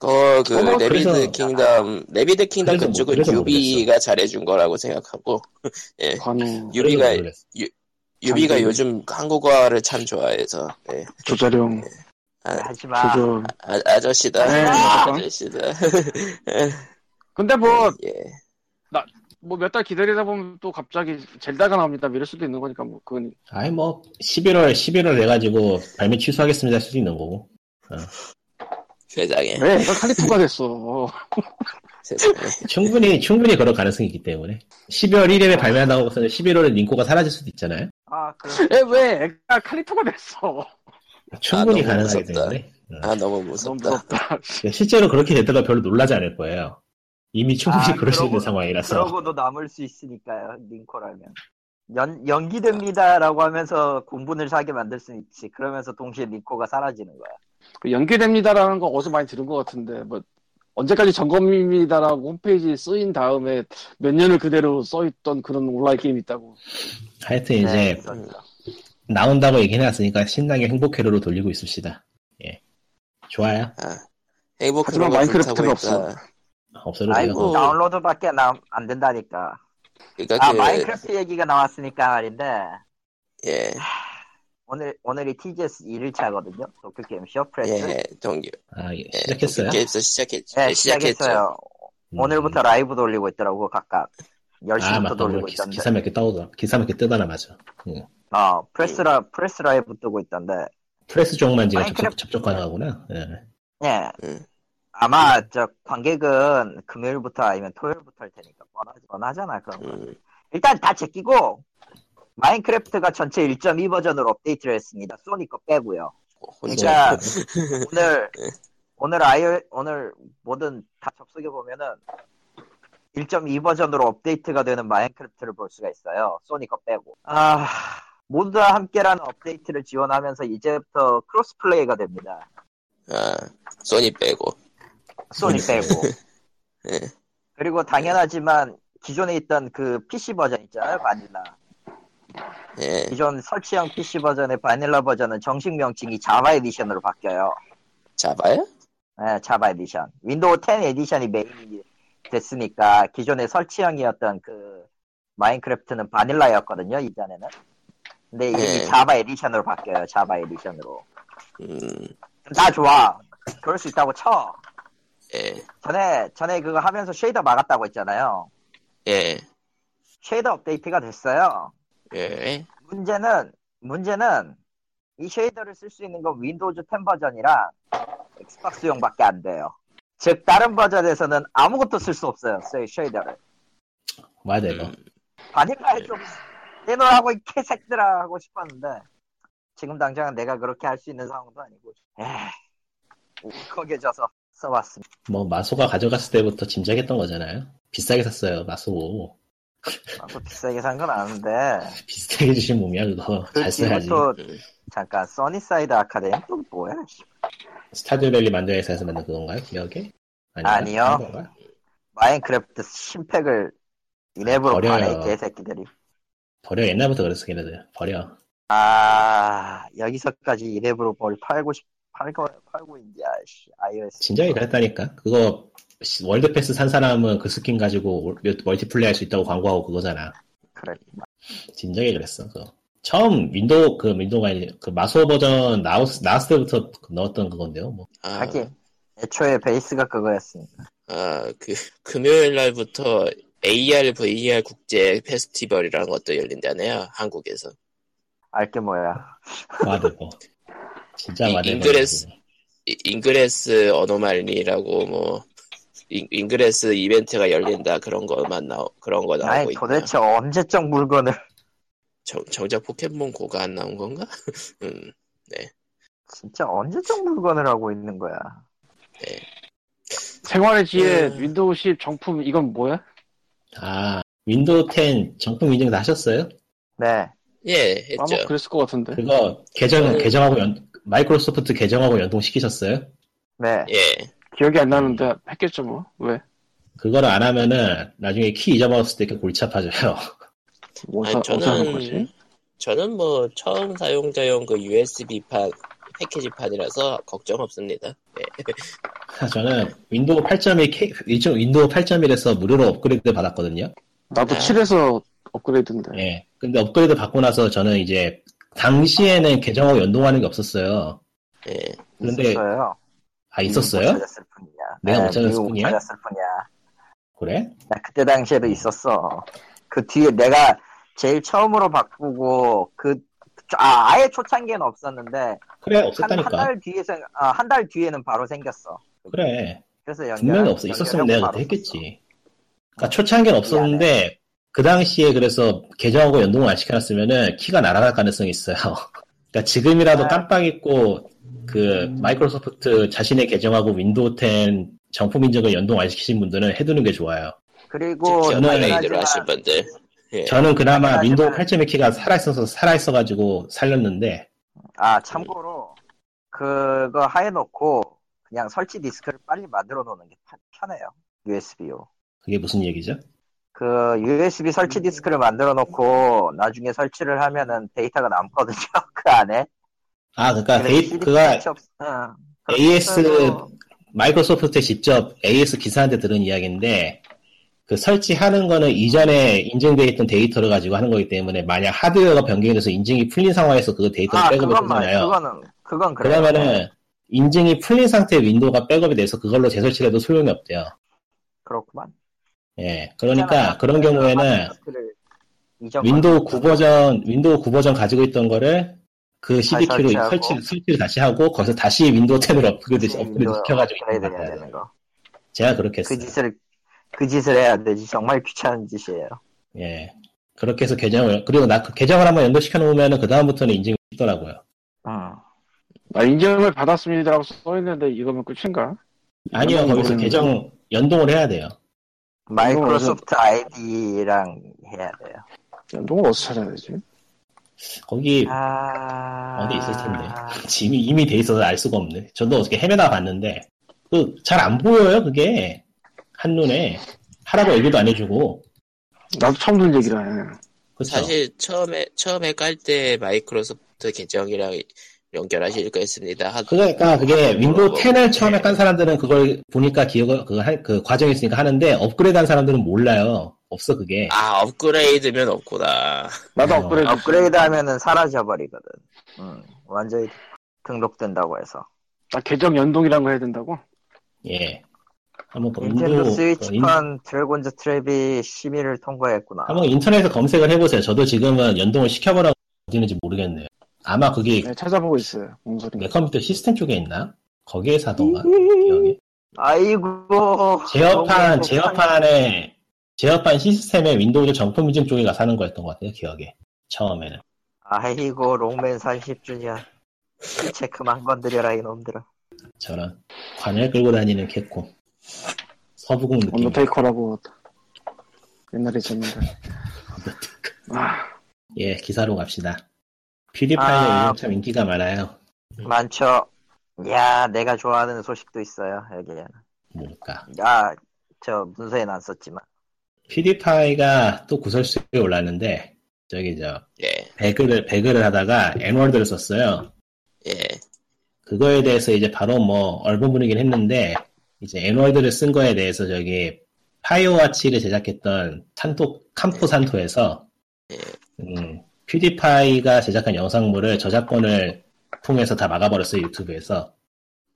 S1: 그, 그
S4: 어머,
S1: 레비드
S4: 그래서-
S1: 킹덤 레비드 킹덤
S4: 그래서 뭐-
S1: 그쪽은
S4: 그래서
S1: 유비가 잘해준 거라고 생각하고
S2: 관우
S1: 유비가
S4: 뭐 그래서 놀랐어.
S1: 유비가
S2: 잠시-
S1: 요즘 한국어를 참 좋아해서 예.
S2: 조자룡
S5: 하지마.
S2: 네, 조금.
S1: 아, 아저씨다.
S2: 네.
S1: 아저씨다.
S2: 근데 뭐,
S1: 예.
S2: 뭐 몇 달 기다리다 보면 또 갑자기 젤다가 나옵니다. 이럴 수도 있는 거니까 뭐, 그건.
S4: 아이 뭐 11월 11월 해가지고 발매 취소하겠습니다 할 수도 있는 거고
S1: 세상에.
S2: 왜 얘가 칼리토가 됐어.
S1: 세상에.
S4: 충분히 충분히 그럴 가능성이 있기 때문에 12월 1일에 발매한다고 해서 11월에 링코가 사라질 수도 있잖아요
S5: 아, 그
S2: 에, 왜 애가 칼리토가 됐어.
S4: 충분히
S1: 아, 너무
S4: 가능하기
S1: 무섭다.
S4: 때문에 어.
S1: 아 너무
S2: 너무
S1: 무섭다.
S2: 무섭다.
S4: 실제로 그렇게 됐다가 별로 놀라지 않을 거예요 이미 충분히
S5: 아,
S4: 그럴 수 있는
S5: 그러고-
S4: 상황이라서
S5: 그러고도 남을 수 있으니까요. 링코라면. 연, 연기됩니다라고 하면서 공분을 사게 만들 수 있지. 그러면서 동시에 링코가 사라지는 거야.
S2: 그 연기됩니다라는 거 어디서 많이 들은 것 같은데, 뭐, 언제까지 점검입니다라고 홈페이지에 쓰인 다음에 몇 년을 그대로 써있던 그런 온라인 게임이 있다고.
S4: 하여튼 이제
S5: 네,
S1: 음.
S5: 그렇죠.
S4: 나온다고 얘기해놨으니까 신나게 행복회로로 돌리고 있읍시다 예 좋아요
S1: 행복으로
S2: 하지만 마인크래프트는 없어.
S4: 없어도
S5: 아이고
S4: 돼요
S5: 다운로드밖에 나, 안 된다니까.
S1: 그러니까
S5: 아
S1: 그
S5: 마인크래프트 얘기가 나왔으니까 말인데
S1: 예.
S5: 오늘 오늘이 TGS 1일차거든요. 도쿄 게임쇼 프레스.
S1: 예, 동기
S4: 아 예, 시작했어요? 음.
S1: 게임에서 시작했죠.
S5: 네,
S1: 예, 시작했죠. 음.
S5: 시작했어요. 오늘부터 라이브 돌리고 있더라고 각각. 10시부터
S4: 아 맞다 오늘
S5: 돌리고
S4: 기사,
S5: 있던데.
S4: 기사 몇개 떠오더 기사 몇개 뜨더라 맞아 응.
S5: 어, 프레스라 프레스 라이브 뜨고 있던데.
S4: 프레스 쪽만 지금 접촉,
S5: 마인크래프트.
S4: 접촉 가능하구나 예.
S5: 예.
S1: 음.
S5: 아마
S1: 예.
S5: 저 관객은 금요일부터 아니면 토요일부터 할 테니까 뻔하지 뻔하잖아 그런 거.
S1: 음,
S5: 일단 다 제끼고 마인크래프트가 전체 1.2 버전으로 업데이트를 했습니다. 소니 거 빼고요.
S1: 혼자
S5: 그러니까 오늘 오늘 아이 오늘 뭐든 다 접속해 보면은 1.2 버전으로 업데이트가 되는 마인크래프트를 볼 수가 있어요. 소니 거 빼고. 아 모두와 함께라는 업데이트를 지원하면서 이제부터 크로스플레이가 됩니다.
S1: 아, 소니 빼고
S5: 소니 빼고.
S1: 예.
S5: 그리고 당연하지만 기존에 있던 그 PC 버전 있잖아요, 바닐라.
S1: 예.
S5: 기존 설치형 PC 버전의 바닐라 버전은 정식 명칭이 자바 에디션으로 바뀌어요.
S1: 잡아요?
S5: 네, 자바 에디션. 윈도우 10 에디션이 메인이 됐으니까 기존의 설치형이었던 그 마인크래프트는 바닐라였거든요, 이전에는. 근데 이게
S1: 네.
S5: 자바 에디션으로 바뀌어요, 자바 에디션으로.
S1: 음,
S5: 그럼 다 좋아. 그럴 수 있다고 쳐.
S1: 예,
S5: 전에, 전에 그거 하면서 쉐이더 막았다고 했잖아요.
S1: 예,
S5: 쉐이더 업데이트가 됐어요.
S1: 예,
S5: 문제는 문제는 이 쉐이더를 쓸 수 있는 건 윈도우즈 10 버전이라 엑스박스용밖에 안 돼요. 즉 다른 버전에서는 아무것도 쓸 수 없어요. 쉐- 쉐이더를
S4: 와야 돼요
S5: 음.
S4: 네.
S5: 바닐라에 좀 내놓으라고 이 개새끼들아 하고 싶었는데 지금 당장은 내가 그렇게 할 수 있는 상황도 아니고 에이 울컥해져서 써봤습니다.
S4: 뭐 마소가 가져갔을 때부터 짐작했던 거잖아요 비싸게 샀어요 마소
S5: 아무 비싸게 산 건 아는데
S4: 비싸게 주신 몸이야 그거
S5: 그
S4: 잘 써야지
S5: 뒤부터
S1: 음.
S5: 잠깐 써니사이드 아카데미 또 뭐야? 씨.
S4: 스타듀밸리 만든 회사에서 만든 그건가요 기억에? 아닌가?
S5: 아니요.
S4: 다른 건가?
S5: 마인크래프트 신팩을 이랩으로
S4: 버려요.
S5: 파네 이 개새끼들이.
S4: 버려 옛날부터 그랬어 걔네들 버려
S5: 아 여기서까지 이랩으로 뭘 팔고 싶 팔고 팔고 있냐 씨 iOS
S4: 진작에 그랬다니까 그거 씨, 월드패스 산 사람은 그 스킨 가지고 월- 멀티플레이 할 수 있다고 광고하고 그거잖아
S5: 그래
S4: 진작에 그랬어. 그 처음 윈도우 그 윈도우가 아니- 그 마소 버전 나왔, 나왔을 때부터 넣었던 그건데요. 뭐
S1: 아,
S5: 하긴 애초에 베이스가 그거였으니까
S1: 아, 그 금요일 날부터 AR VR 국제 페스티벌이라는 것도 열린다네요, 한국에서.
S5: 알게 뭐야
S4: 와대고 진짜
S1: 이-
S4: 와대고.
S1: 인그레스. 이- 잉그레스 어노말리라고 뭐 잉, 잉그레스 이벤트가 열린다 그런 것만 나오 그런 거 나오고
S5: 아니
S1: 있고
S5: 도대체 언제적 물건을
S1: 정, 정작 포켓몬 고가 안 나온 건가? 음,
S5: 진짜 언제적 물건을 하고 있는 거야
S2: 생활의 지혜,
S1: 음.
S2: 윈도우 10 정품, 이건 뭐야?
S4: 아 윈도우 10 정품 인증 다 하셨어요?
S5: 네
S1: 예
S2: 아마
S1: 했죠.
S2: 뭐, 그랬을 것 같은데.
S4: 그거 계정
S1: 네.
S4: 계정하고 연 마이크로소프트 계정하고 연동시키셨어요?
S5: 네.
S1: 예,
S2: 기억이 안 나는데 했겠죠 뭐. 왜?
S4: 그거를 안 하면은 나중에 키 잊어버렸을 때 이렇게 골치 아파져요.
S2: 뭐
S1: 아니,
S2: 사,
S1: 저는-
S2: 어디서 하는 거지?
S1: 저는 뭐 처음 사용자용 그 USB 판 패키지 판이라서 걱정 없습니다. 예.
S4: 저는 윈도우 8.1 K, 일종 윈도우 8.1에서 무료로 업그레이드 받았거든요.
S2: 나도
S1: 아.
S2: 7에서 업그레이드인데.
S4: 예. 근데 업그레이드 받고 나서 저는 이제 당시에는 계정하고 연동하는 게 없었어요.
S1: 예,
S4: 근데
S5: 있었어요. 음, 못
S4: 아 있었어요?
S5: 찾았을 뿐이야.
S4: 내가 못
S5: 네,
S4: 찾았을
S5: 미국 못
S4: 뿐이야?
S5: 찾았을 뿐이야.
S4: 그래?
S5: 나 그때 당시에도 있었어. 그 뒤에 내가 제일 처음으로 바꾸고 그 아, 아예 초창기에는 없었는데
S4: 그래
S5: 한
S4: 아, 없었다니까.
S5: 달 뒤에 생, 아, 한 달 뒤에는 바로 생겼어.
S4: 그래
S5: 그래서 연결
S4: 분명히 없어 있었으면 내가 그때 했겠지. 그러니까 초창기는 없었는데 그 당시에 그래서 계정하고 연동을 안 시켜놨으면은 키가 날아갈 가능성이 있어요. 그러니까 지금이라도
S5: 아. 음.
S4: 깜빡 잊고 그 마이크로소프트 자신의 계정하고 윈도우 10 정품 인증을 연동 안 시키신 분들은 해두는 게 좋아요.
S5: 그리고
S4: 직전에
S5: 당연하지만
S1: 레이드를 하실 분들. 예.
S4: 저는 그나마
S5: 네. 하지만-
S4: 윈도우 8.1 키가 살아있어서 살아있어가지고 살렸는데 네.
S5: 아 참고로 그거 해놓고 그냥 설치 디스크를 빨리 만들어 놓는 게 편- 편해요. USB로.
S4: 그게 무슨 얘기죠?
S5: 그 USB
S4: 음.
S5: 설치 디스크를 만들어 놓고 나중에 설치를 하면은 데이터가 남거든요. 그 안에.
S4: 아 그러니까
S5: 그래서
S4: 데이,
S5: CD
S4: 그가
S5: 설치 없- 어, 응.
S4: AS
S5: 그래서
S4: 마이크로소프트 직접 AS 기사한테 들은 이야기인데 그 설치하는 거는 이전에 인증돼 있던 데이터를 가지고 하는 거기 때문에 만약 하드웨어가 변경이 돼서 인증이 풀린 상황에서 그 데이터를
S5: 아,
S4: 백업을
S5: 그건 맞아요.
S4: 하잖아요.
S5: 그거는 그건 그래요. 네,
S4: 그러면은 인증이 풀린 상태의 윈도우가 백업이 돼서 그걸로 재설치를 해도 소용이 없대요.
S5: 그렇구만.
S4: 예. 그러니까 그런 경우에는
S5: 디스크를 이전
S4: 윈도우 9 버전 윈도우 9 버전 가지고 있던 거를 그 CDQ로
S5: 설치하고.
S4: 설치, 설치를 다시 하고 거기서 다시 윈도우 10으로 업그레이드,
S5: 다시
S4: 업그레이드
S5: 윈도우
S4: 시켜가지고
S5: 업그레이드
S4: 있는 것
S5: 해야
S4: 같아요.
S5: 되는 거.
S4: 제가 그렇게
S5: 그
S4: 했어요.
S5: 짓을 그 짓을 해야 되지. 정말 귀찮은 짓이에요.
S4: 예. 그렇게 해서 계정을, 그리고 나, 그 계정을 한번 연동시켜 놓으면은 그다음부터는 인증이 쉽더라고요.
S5: 응.
S2: 나 아, 인증을 받았습니다라고 써있는데 이거면 끝인가?
S4: 아니요,
S2: 연동이
S4: 거기서
S2: 되는데.
S4: 계정 연동을 해야 돼요.
S5: 마이크로소프트 아이디랑 해야 돼요.
S2: 연동을 어디서 찾아야 되지?
S4: 거기
S5: 아...
S4: 어디 예. 있을 텐데. 이미, 이미 돼 있어서 알 수가 없네. 저도 어저께 헤매다 봤는데, 그, 잘 안 보여요, 그게. 한눈에. 하라고 얘기도 안 해주고. 그렇죠?
S2: 나도 처음 듣는 얘기라 해.
S4: 그쵸?
S1: 사실 처음에 처음에 깔 때 마이크로소프트 계정이랑 연결하실 거 했습니다. 하-
S4: 그러니까
S1: 아,
S4: 그게 윈도우 10을 처음에
S1: 예.
S4: 깐 사람들은 그걸 보니까 기억을, 그, 할- 그 과정이 있으니까 하는데, 업그레이드 한 사람들은 몰라요. 없어, 그게.
S1: 아 업그레이드면 없구나.
S2: 나도
S4: 어.
S2: 업그레이드.
S5: 업그레이드 하면은 사라져버리거든. 응. 완전히 등록된다고 해서.
S2: 나 계정 연동이란 거 해야 된다고?
S4: 예. 한번 그
S5: 닌텐도
S4: 윈도우- 그 인-
S5: 스위치판 드래곤즈 트랩이 심의를 통과했구나.
S4: 한번 인터넷에 검색을 해보세요. 저도 지금은 연동을 시켜보라고 어디 있는지 모르겠네요. 네, 아마 그게
S2: 네, 찾아보고 있어요. 뭔 소린가?
S4: 내 컴퓨터 시스템 쪽에 있나? 거기에서 하던가? 기억이.
S5: 아이고.
S4: 제어판,
S5: 너무
S4: 제어판에, 제어판 시스템에 윈도우즈 정품 인증 쪽에 가서 하는 거였던 것 같아요, 기억에. 처음에는.
S5: 아이고 롱맨 30주년. 체크만 건드려라 이놈들아.
S4: 저런. 관을 끌고 다니는 캡콤. 서부국 느낌.
S2: 언더테이커라고 옛날에 있었는데. 아,
S4: 예, 기사로 갑시다. 퓨디파이가
S5: 아.
S4: 요즘 참 인기가 많아요.
S5: 많죠. 야, 내가 좋아하는 소식도 있어요. 여기에는.
S4: 뭘까.
S5: 아, 저 문서에는 안 썼지만.
S4: 퓨디파이가 또 구설수에 올랐는데, 저기 저,
S1: 예
S4: 배그를, 배그를 하다가 N월드를 썼어요.
S1: 예.
S4: 그거에 대해서 이제 바로 뭐, 얼버무리긴 했는데, 이제 N월드를 쓴 거에 대해서 저기, 파이오와 7을 제작했던 산토, 캄포 산토에서, 음, 퓨디파이가 제작한 영상물을 저작권을 통해서 다 막아버렸어요, 유튜브에서.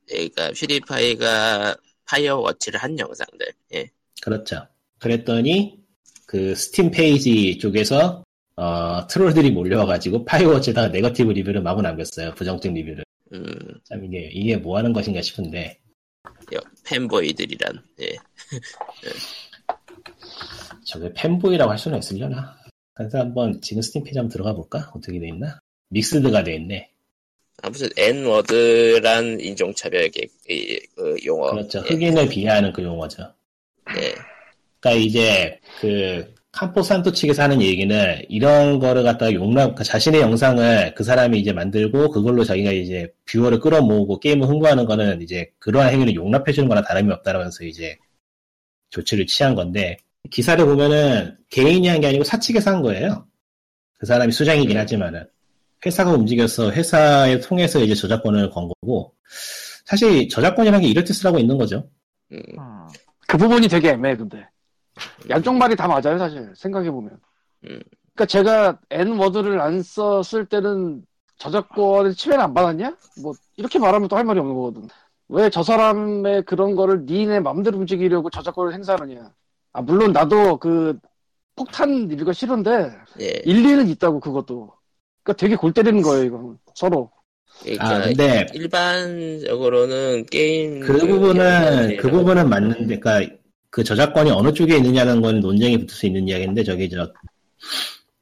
S1: 그러니까 퓨리파이가 파이어워치를 한 영상들. 예.
S4: 그렇죠. 그랬더니, 그 스팀 페이지 쪽에서, 어, 트롤들이 몰려와가지고, 파이오워치에다가 네거티브 리뷰를 마구 남겼어요. 부정적 리뷰를.
S1: 음,
S4: 참, 이게, 이게 뭐 하는 것인가 싶은데,
S1: 여- 팬보이들이란. 예.
S4: 저게 팬보이라고 할 수는 있으려나? 그래서 한번 지금 스팀 페이지 한번 들어가 볼까? 어떻게 돼 있나? 믹스드가 돼 있네.
S1: 아무튼 N워드란 인종차별의 이- 그 용어.
S4: 그렇죠.
S1: 예.
S4: 흑인을 비하하는 그 용어죠.
S1: 예.
S4: 그러니까 이제 그 캄포산토 측에서 하는 얘기는 이런 거를 갖다가 용납, 그 자신의 영상을 그 사람이 이제 만들고 그걸로 자기가 이제 뷰어를 끌어모으고 게임을 홍보하는 거는 이제 그러한 행위를 용납해주는 거나 다름이 없다라면서 이제 조치를 취한 건데 기사를 보면은 개인이 한 게 아니고 사측에서 한 거예요. 그 사람이
S1: 네.
S4: 수장이긴 하지만은 회사가 움직여서 회사에 통해서 이제 저작권을 건 거고 사실 저작권이라는 게 이럴 때 쓰라고 있는 거죠.
S1: 음,
S5: 음.
S2: 그 부분이 되게 애매해, 근데. 양쪽 말이 다 맞아요, 사실. 생각해보면.
S1: 음.
S2: 그러니까 제가 N워드를 안 썼을 때는 저작권을 침해는 안 받았냐? 뭐 이렇게 말하면 또 할 말이 없는 거거든. 왜 저 사람의 그런 거를 니네 맘대로 움직이려고 저작권을 행사하느냐? 아 물론 나도 그 폭탄 리뷰가 싫은데
S1: 예.
S2: 일리는 있다고 그것도. 그러니까 되게 골 때리는 거예요 이건 서로.
S1: 그러니까
S4: 아 근데
S1: 일반적으로는 게임
S4: 그 부분은 그 부분은 맞는데, 그러니까 그 저작권이 어느 쪽에 있느냐는 건 논쟁이 붙을 수 있는 이야기인데 저기 저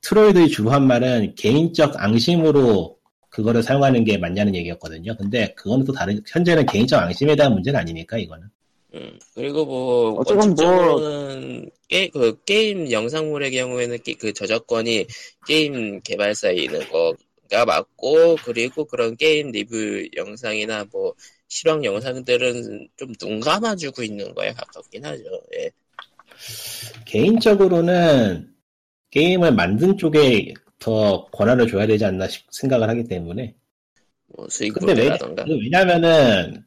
S4: 트로이드의 주부한 말은 개인적 앙심으로 그거를 사용하는 게 맞냐는 얘기였거든요. 근데 그거는 또 다른 현재는 개인적 앙심에 대한 문제는 아니니까 이거는.
S1: 음, 그리고 뭐
S2: 어쩌면
S1: 원칙적으로는 게, 그 게임 영상물의 경우에는 게- 그 저작권이 게임 개발사에 있는 거가 맞고 그리고 그런 게임 리뷰 영상이나 뭐 실황 영상들은 좀 눈 감아주고 있는 거에 가깝긴 하죠. 예.
S4: 개인적으로는 게임을 만든 쪽에 더 권한을 줘야 되지 않나 싶- 생각을 하기 때문에.
S1: 뭐 수익
S4: 근데 왜,
S1: 분배라던가.
S4: 그 왜냐면은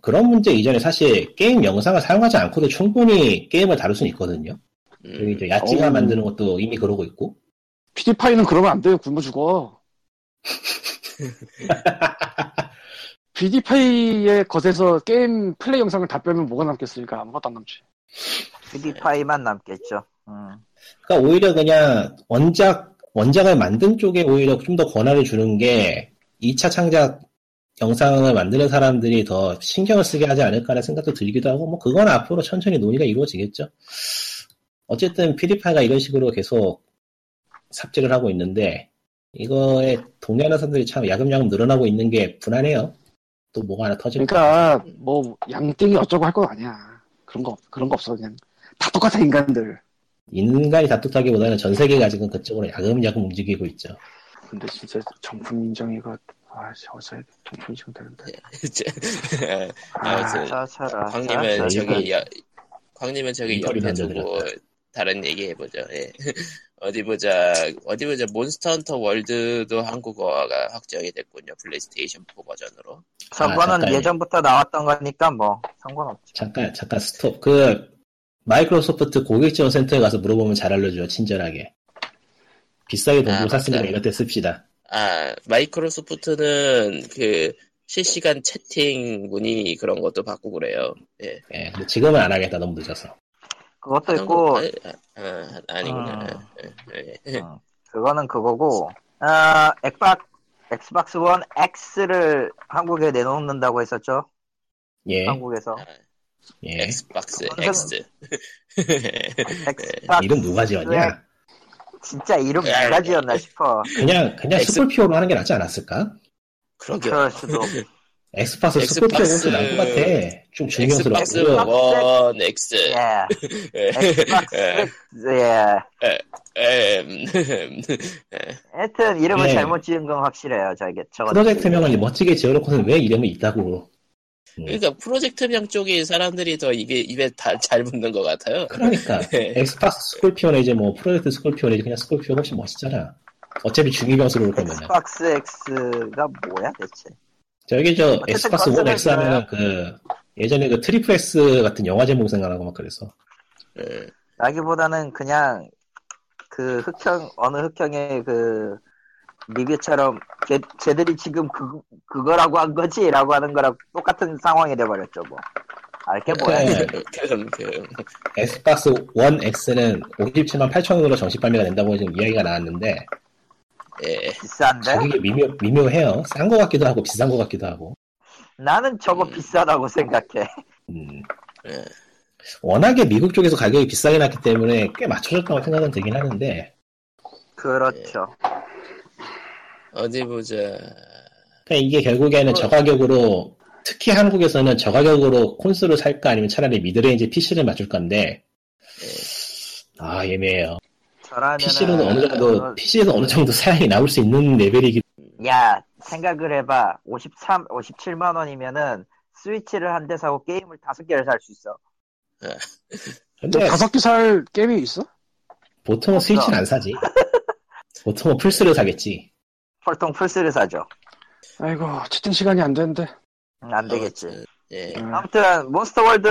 S4: 그런 문제 이전에 사실 게임 영상을 사용하지 않고도 충분히 게임을 다룰 수는 있거든요. 여기
S1: 음,
S4: 이제 야찌가
S2: 어우.
S4: 만드는 것도 이미 그러고 있고.
S2: 피디파이는 그러면 안 돼요 굶어 죽어. 비디파이의 것에서 게임 플레이 영상을 다 빼면 뭐가 남겠습니까? 아무것도 안 남지.
S5: 휴디파이만 남겠죠. 음.
S4: 그러니까 오히려 그냥 원작 원작을 만든 쪽에 오히려 좀 더 권한을 주는 게 2차 창작 영상을 만드는 사람들이 더 신경을 쓰게 하지 않을까라는 생각도 들기도 하고 뭐 그건 앞으로 천천히 논의가 이루어지겠죠. 어쨌든 피디파가 이런 식으로 계속 삽질을 하고 있는데 이거에 동의하는 사람들이 참 야금야금 늘어나고 있는 게 분하네요. 또 뭐가 하나 터질 까
S2: 그러니까 뭐 양띵이 어쩌고 할 건 아니야. 그런 거 없- 그런 거 없어 그냥 다 똑같아 인간들.
S4: 인간이 다뚝하기보다는 전 세계가 지금 그쪽으로 야금야금 움직이고 있죠.
S2: 근데 진짜 정품 인정 이거 아씨 어서 해야 돼. 정품 인정 되는데.
S1: 이제-
S2: 아,
S1: 예. 아무튼
S5: 저처럼.
S1: 광님은
S4: 아,
S1: 저기 여, 광님은 저기
S4: 이빨이
S1: 옆에 두고 다른 얘기 해보죠. 예. 어디 보자 어디 보자 몬스터 헌터 월드도 한국어가 확정이 됐군요 플레이스테이션 4 버전으로.
S4: 아,
S5: 저거는
S4: 잠깐.
S5: 예전부터 나왔던 거니까 뭐 상관없죠.
S4: 잠깐 잠깐 스톱. 그 마이크로소프트 고객 지원 센터에 가서 물어보면 잘 알려줘요. 친절하게. 비싸게 돈
S1: 아,
S4: 주고 샀으니까
S1: 맞다.
S4: 이럴 때 씁시다.
S1: 아 마이크로소프트는 그 실시간 채팅 문의 그런 것도 바꾸고 그래요. 예.
S4: 예, 근데 지금은 안 하겠다. 너무 늦어서.
S5: 그것도
S1: 하던 거-
S5: 있고
S1: 아니, 아, 아, 아니구나.
S5: 아.
S1: 예, 예.
S5: 음, 그거는 그거고 아, 엑박 엑스박스 원 X를 한국에 내놓는다고 했었죠.
S4: 예,
S1: 아, 뭐,
S5: 한국에서
S4: 예.
S1: 엑스박스
S5: 완전-
S1: 엑스.
S5: 엑스박스
S4: 이름 누가 지었냐?
S5: 진짜 이름 누가 지었나 싶어.
S4: 그냥 그냥
S1: 엑스-
S4: 스콜피오로 하는 게 낫지 않았을까?
S1: 그러게요.
S5: 그럴 수도.
S4: 엑스박스
S1: 엑스박스-
S4: 스콜피오로 해도 나을 것 같아. 좀
S1: 엑스박스
S4: 중요스럽고.
S1: 원 엑스.
S5: 예.
S1: 예.
S5: 엑스박스 예.
S1: 예.
S5: 하여튼 이름을
S4: 예.
S5: 잘못 지은 건 확실해요. 저게 저거.
S4: 프로젝트명을 멋지게 지어놓고는 왜 이름이 있다고?
S1: 그러니까 프로젝트명 쪽이 사람들이 더 이게 입에 다 잘 붙는 것 같아요.
S4: 그러니까
S1: 예.
S4: 엑스박스 스콜피오는 이제 뭐 프로젝트 스콜피오는 이제 그냥 스콜피오가 훨씬 멋있잖아. 어차피 중이병수로 올 거면.
S5: 엑스박스 X가 뭐야 대체?
S4: 저기 아, 저
S5: 어쨌든
S4: 엑스박스 원
S5: 컨셉은
S4: X 하면은 그 예전에 그 트리플 X 같은 영화 제목 생각나고 막 그래서
S1: 예.
S5: 나기보다는 그냥 그 흑형 어느 흑형의 그 리뷰처럼 걔, 쟤들이 지금 그, 그거라고 한 거지라고 하는 거랑 똑같은 상황이 돼버렸죠 뭐. 아 이게 뭐야?
S4: 네.
S1: 그럼 그
S4: 엑스박스 원 X는 57만 8천 원으로 정식 발매가 된다고 지금 이야기가 나왔는데
S1: 예.
S5: 비싼데?
S4: 가격이 미묘 미묘해요. 싼 거 같기도 하고 비싼 거 같기도 하고.
S5: 나는 저거 비싸다고 생각해.
S4: 음.
S1: 네.
S4: 워낙에 미국 쪽에서 가격이 비싸게 났기 때문에 꽤 맞춰졌다고 생각은 들긴 하는데
S5: 그렇죠.
S1: 어디 보자.
S4: 그러니까 이게 결국에는 저 가격으로 특히 한국에서는 저 가격으로 콘솔을 살까 아니면 차라리 미드레인지 PC를 맞출 건데 아 예매해요.
S5: 저라면
S4: PC로는 어느 정도 PC에서 어느 정도 사양이 나올 수 있는 레벨이기
S5: 야 생각을 해봐. 53, 57만 원이면은 스위치를 한 대 사고 게임을 다섯 개를 살 수 있어.
S2: 저
S5: 네.
S4: 근데
S2: 다섯 개 살 게임이 있어?
S4: 보통은 스위치는 안 사지. 보통은 플스를 사겠지.
S5: 폴통 플스를 사죠.
S2: 아이고 채팅 시간이 안 되는데.
S5: 음, 안 되겠지.
S4: 네.
S1: 아무튼, 예.
S5: 네, 아무튼 몬스터 월드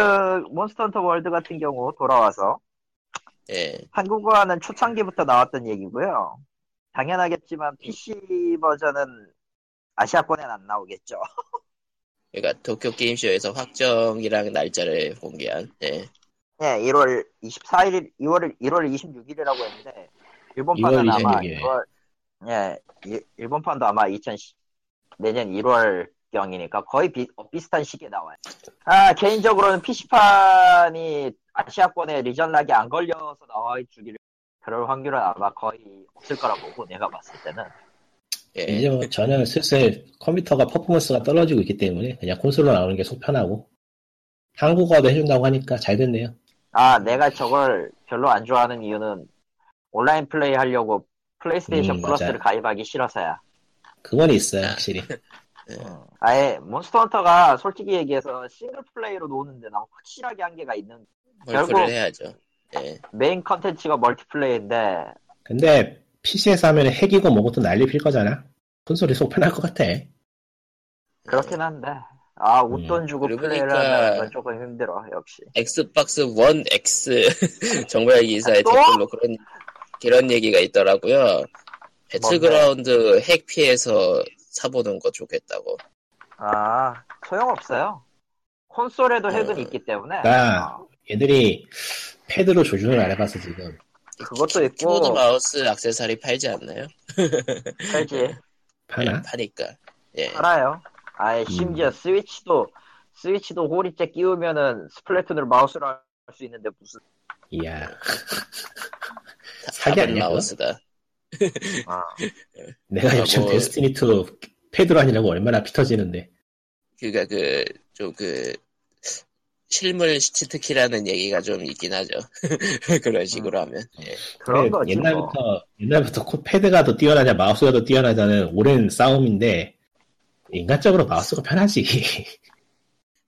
S5: 몬스터 헌터 월드 같은 경우 돌아와서
S1: 예.
S5: 한국어는 초창기부터 나왔던 얘기고요. 당연하겠지만 PC 버전은 아시아권엔 안 나오겠죠.
S1: 그러니까 도쿄 게임쇼에서 확정이랑 날짜를 공개한. 네.
S5: 예, 1월 24일, 2월 1월 26일이라고 했는데 일본판은
S4: 2월
S5: 아마
S4: 26일.
S5: 1월 예, 일- 일본판도 아마 2010 내년 1월 경이니까 거의 비, 어, 비슷한 시기에 나와요. 아, 개인적으로는 PC판이 아시아권에 리전락이 안 걸려서 나와 주기를 그럴 확률은 아마 거의 없을 거라고 보고 내가 봤을 때는
S1: 예.
S4: 이제 뭐 저는 슬슬 컴퓨터가 퍼포먼스가 떨어지고 있기 때문에 그냥 콘솔로 나오는 게 속 편하고 한국어도 해준다고 하니까 잘 됐네요.
S5: 아, 내가 저걸 별로 안 좋아하는 이유는 온라인 플레이 하려고 플레이스테이션
S4: 음,
S5: 플러스를
S4: 맞아요.
S5: 가입하기 싫어서야.
S4: 그건 있어요, 확실히.
S1: 네.
S5: 음. 아예 몬스터 헌터가 솔직히 얘기해서 싱글 플레이로 노는데 너무 확실하게 한계가 있는
S1: 벌크를
S5: 결국-
S1: 해야죠. 예.
S5: 메인 컨텐츠가 멀티플레이인데
S4: 근데 PC에서 하면 핵이고 뭐고 또 난리 필 거잖아. 콘솔이 속 편할 것 같아.
S5: 그렇긴 한데 아 웃돈 주고
S1: 네. 음. 그러고
S5: 플레이를
S1: 보니까-
S5: 하는 건 조금 힘들어 역시
S1: 엑스박스 원 X 정보야 기사의
S5: 또?
S1: 댓글로 그런 그런 얘기가 있더라고요. 배틀그라운드 핵 피해서 사보는 거 좋겠다고.
S5: 아 소용없어요 콘솔에도 핵은
S1: 음.
S5: 있기 때문에
S4: 나-
S5: 어,
S4: 얘들이 패드로 조준을 안 해봐서 지금
S5: 그것도 있고.
S1: 키보드
S4: 어.
S1: 마우스 악세사리 팔지 않나요? 예,
S5: 그렇지
S1: 네.
S4: 파나?
S1: 파니까. 예.
S5: 알아요
S1: 음.
S5: 아예 심지어 스위치도 스위치도 호리째 끼우면은 스플래툰을 마우스로 할 수 있는데 무슨
S4: 이야.
S1: 다-
S4: 사기
S1: 다른
S4: 아니야,
S1: 마우스다.
S5: 아,
S4: 내가 요즘
S1: 뭐-
S4: 데스티니2 패드로 하느라고 얼마나 피 터지는데.
S1: 그니까 그, 좀 그, 실물 치트키라는 얘기가 좀 있긴 하죠. 그런 식으로
S4: 음.
S1: 하면. 예.
S5: 그런
S4: 근데
S5: 거지 뭐.
S4: 옛날부터 옛날부터 코- 패드가 더 뛰어나냐 마우스가 더 뛰어나냐는 오랜 싸움인데 인간적으로 마우스가 편하지.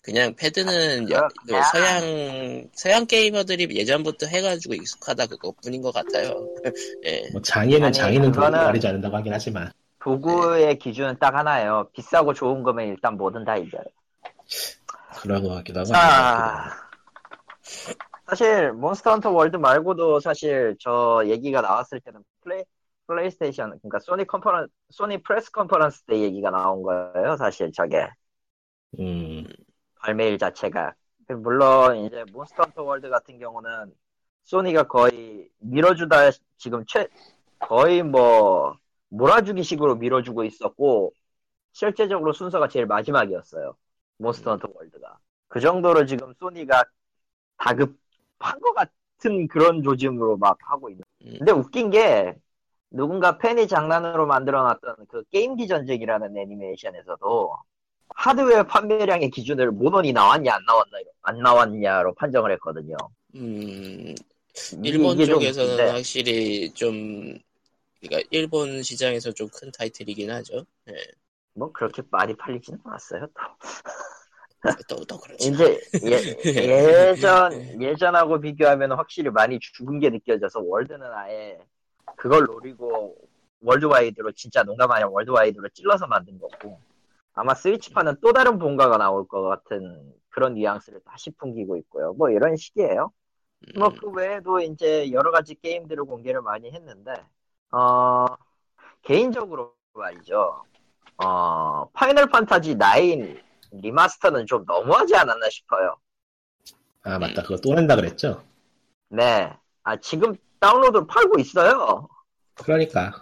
S1: 그냥 패드는
S4: 아,
S1: 여- 그
S5: 그렇구나.
S1: 서양, 서양 게이머들이 예전부터 해가지고 익숙하다 그것뿐인 것 같아요. 예.
S4: 뭐 장인은
S5: 아니,
S4: 장인은 돈을
S5: 그거는-
S4: 가리지 않는다고 하긴 하지만
S5: 도구의 기준은 딱 하나예요. 비싸고 좋은 거면 일단 뭐든 다 이겨요.
S4: 그런 것 같기도 하고.
S5: 아, 사실 몬스터 헌터 월드 말고도 사실 저 얘기가 나왔을 때는 플레이 플레이스테이션 그러니까 소니 컨퍼런 소니 프레스 컨퍼런스 때 얘기가 나온 거예요. 사실 저게
S4: 음,
S5: 발매일 자체가 물론 이제 몬스터 헌터 월드 같은 경우는 소니가 거의 밀어주다 지금 최 거의 뭐 몰아주기식으로 밀어주고 있었고 실제적으로 순서가 제일 마지막이었어요 몬스터 헌터 월드가 그 정도로 지금 소니가 다급한 것 같은 그런 조짐으로 막 하고 있는 근데 웃긴 게 누군가 팬이 장난으로 만들어놨던 그 게임기 전쟁이라는 애니메이션에서도 하드웨어 판매량의 기준을 모논이 나왔냐 안 나왔나 안 나왔냐로 판정을 했거든요.
S1: 음,
S5: 이게-
S1: 일본
S5: 이게 좀
S1: 쪽에서는
S4: 네.
S5: 웃긴데,
S1: 확실히 좀, 그러니까 일본 시장에서 좀 큰 타이틀이긴 하죠. 예.
S5: 뭐 그렇게 많이 팔리지는 않았어요. 또.
S1: 또, 또 그렇지.
S4: 음,
S5: 이제 예, 예전 예전하고 비교하면 확실히 많이 죽은 게 느껴져서 월드는 아예 그걸 노리고 월드와이드로 진짜 농담 아니라 월드와이드로 찔러서 만든 거고 아마 스위치판은 또 다른 뭔가가 나올 것 같은 그런 뉘앙스를 다시 풍기고 있고요. 뭐 이런 식이에요.
S1: 음,
S5: 뭐 그 외에도 이제 여러 가지 게임들을 공개를 많이 했는데 어 개인적으로 말이죠 어 파이널 판타지 9 리마스터는 좀 너무하지 않았나 싶어요
S4: 아 맞다 그거 또 낸다 그랬죠.
S5: 네아 지금 다운로드 팔고 있어요
S4: 그러니까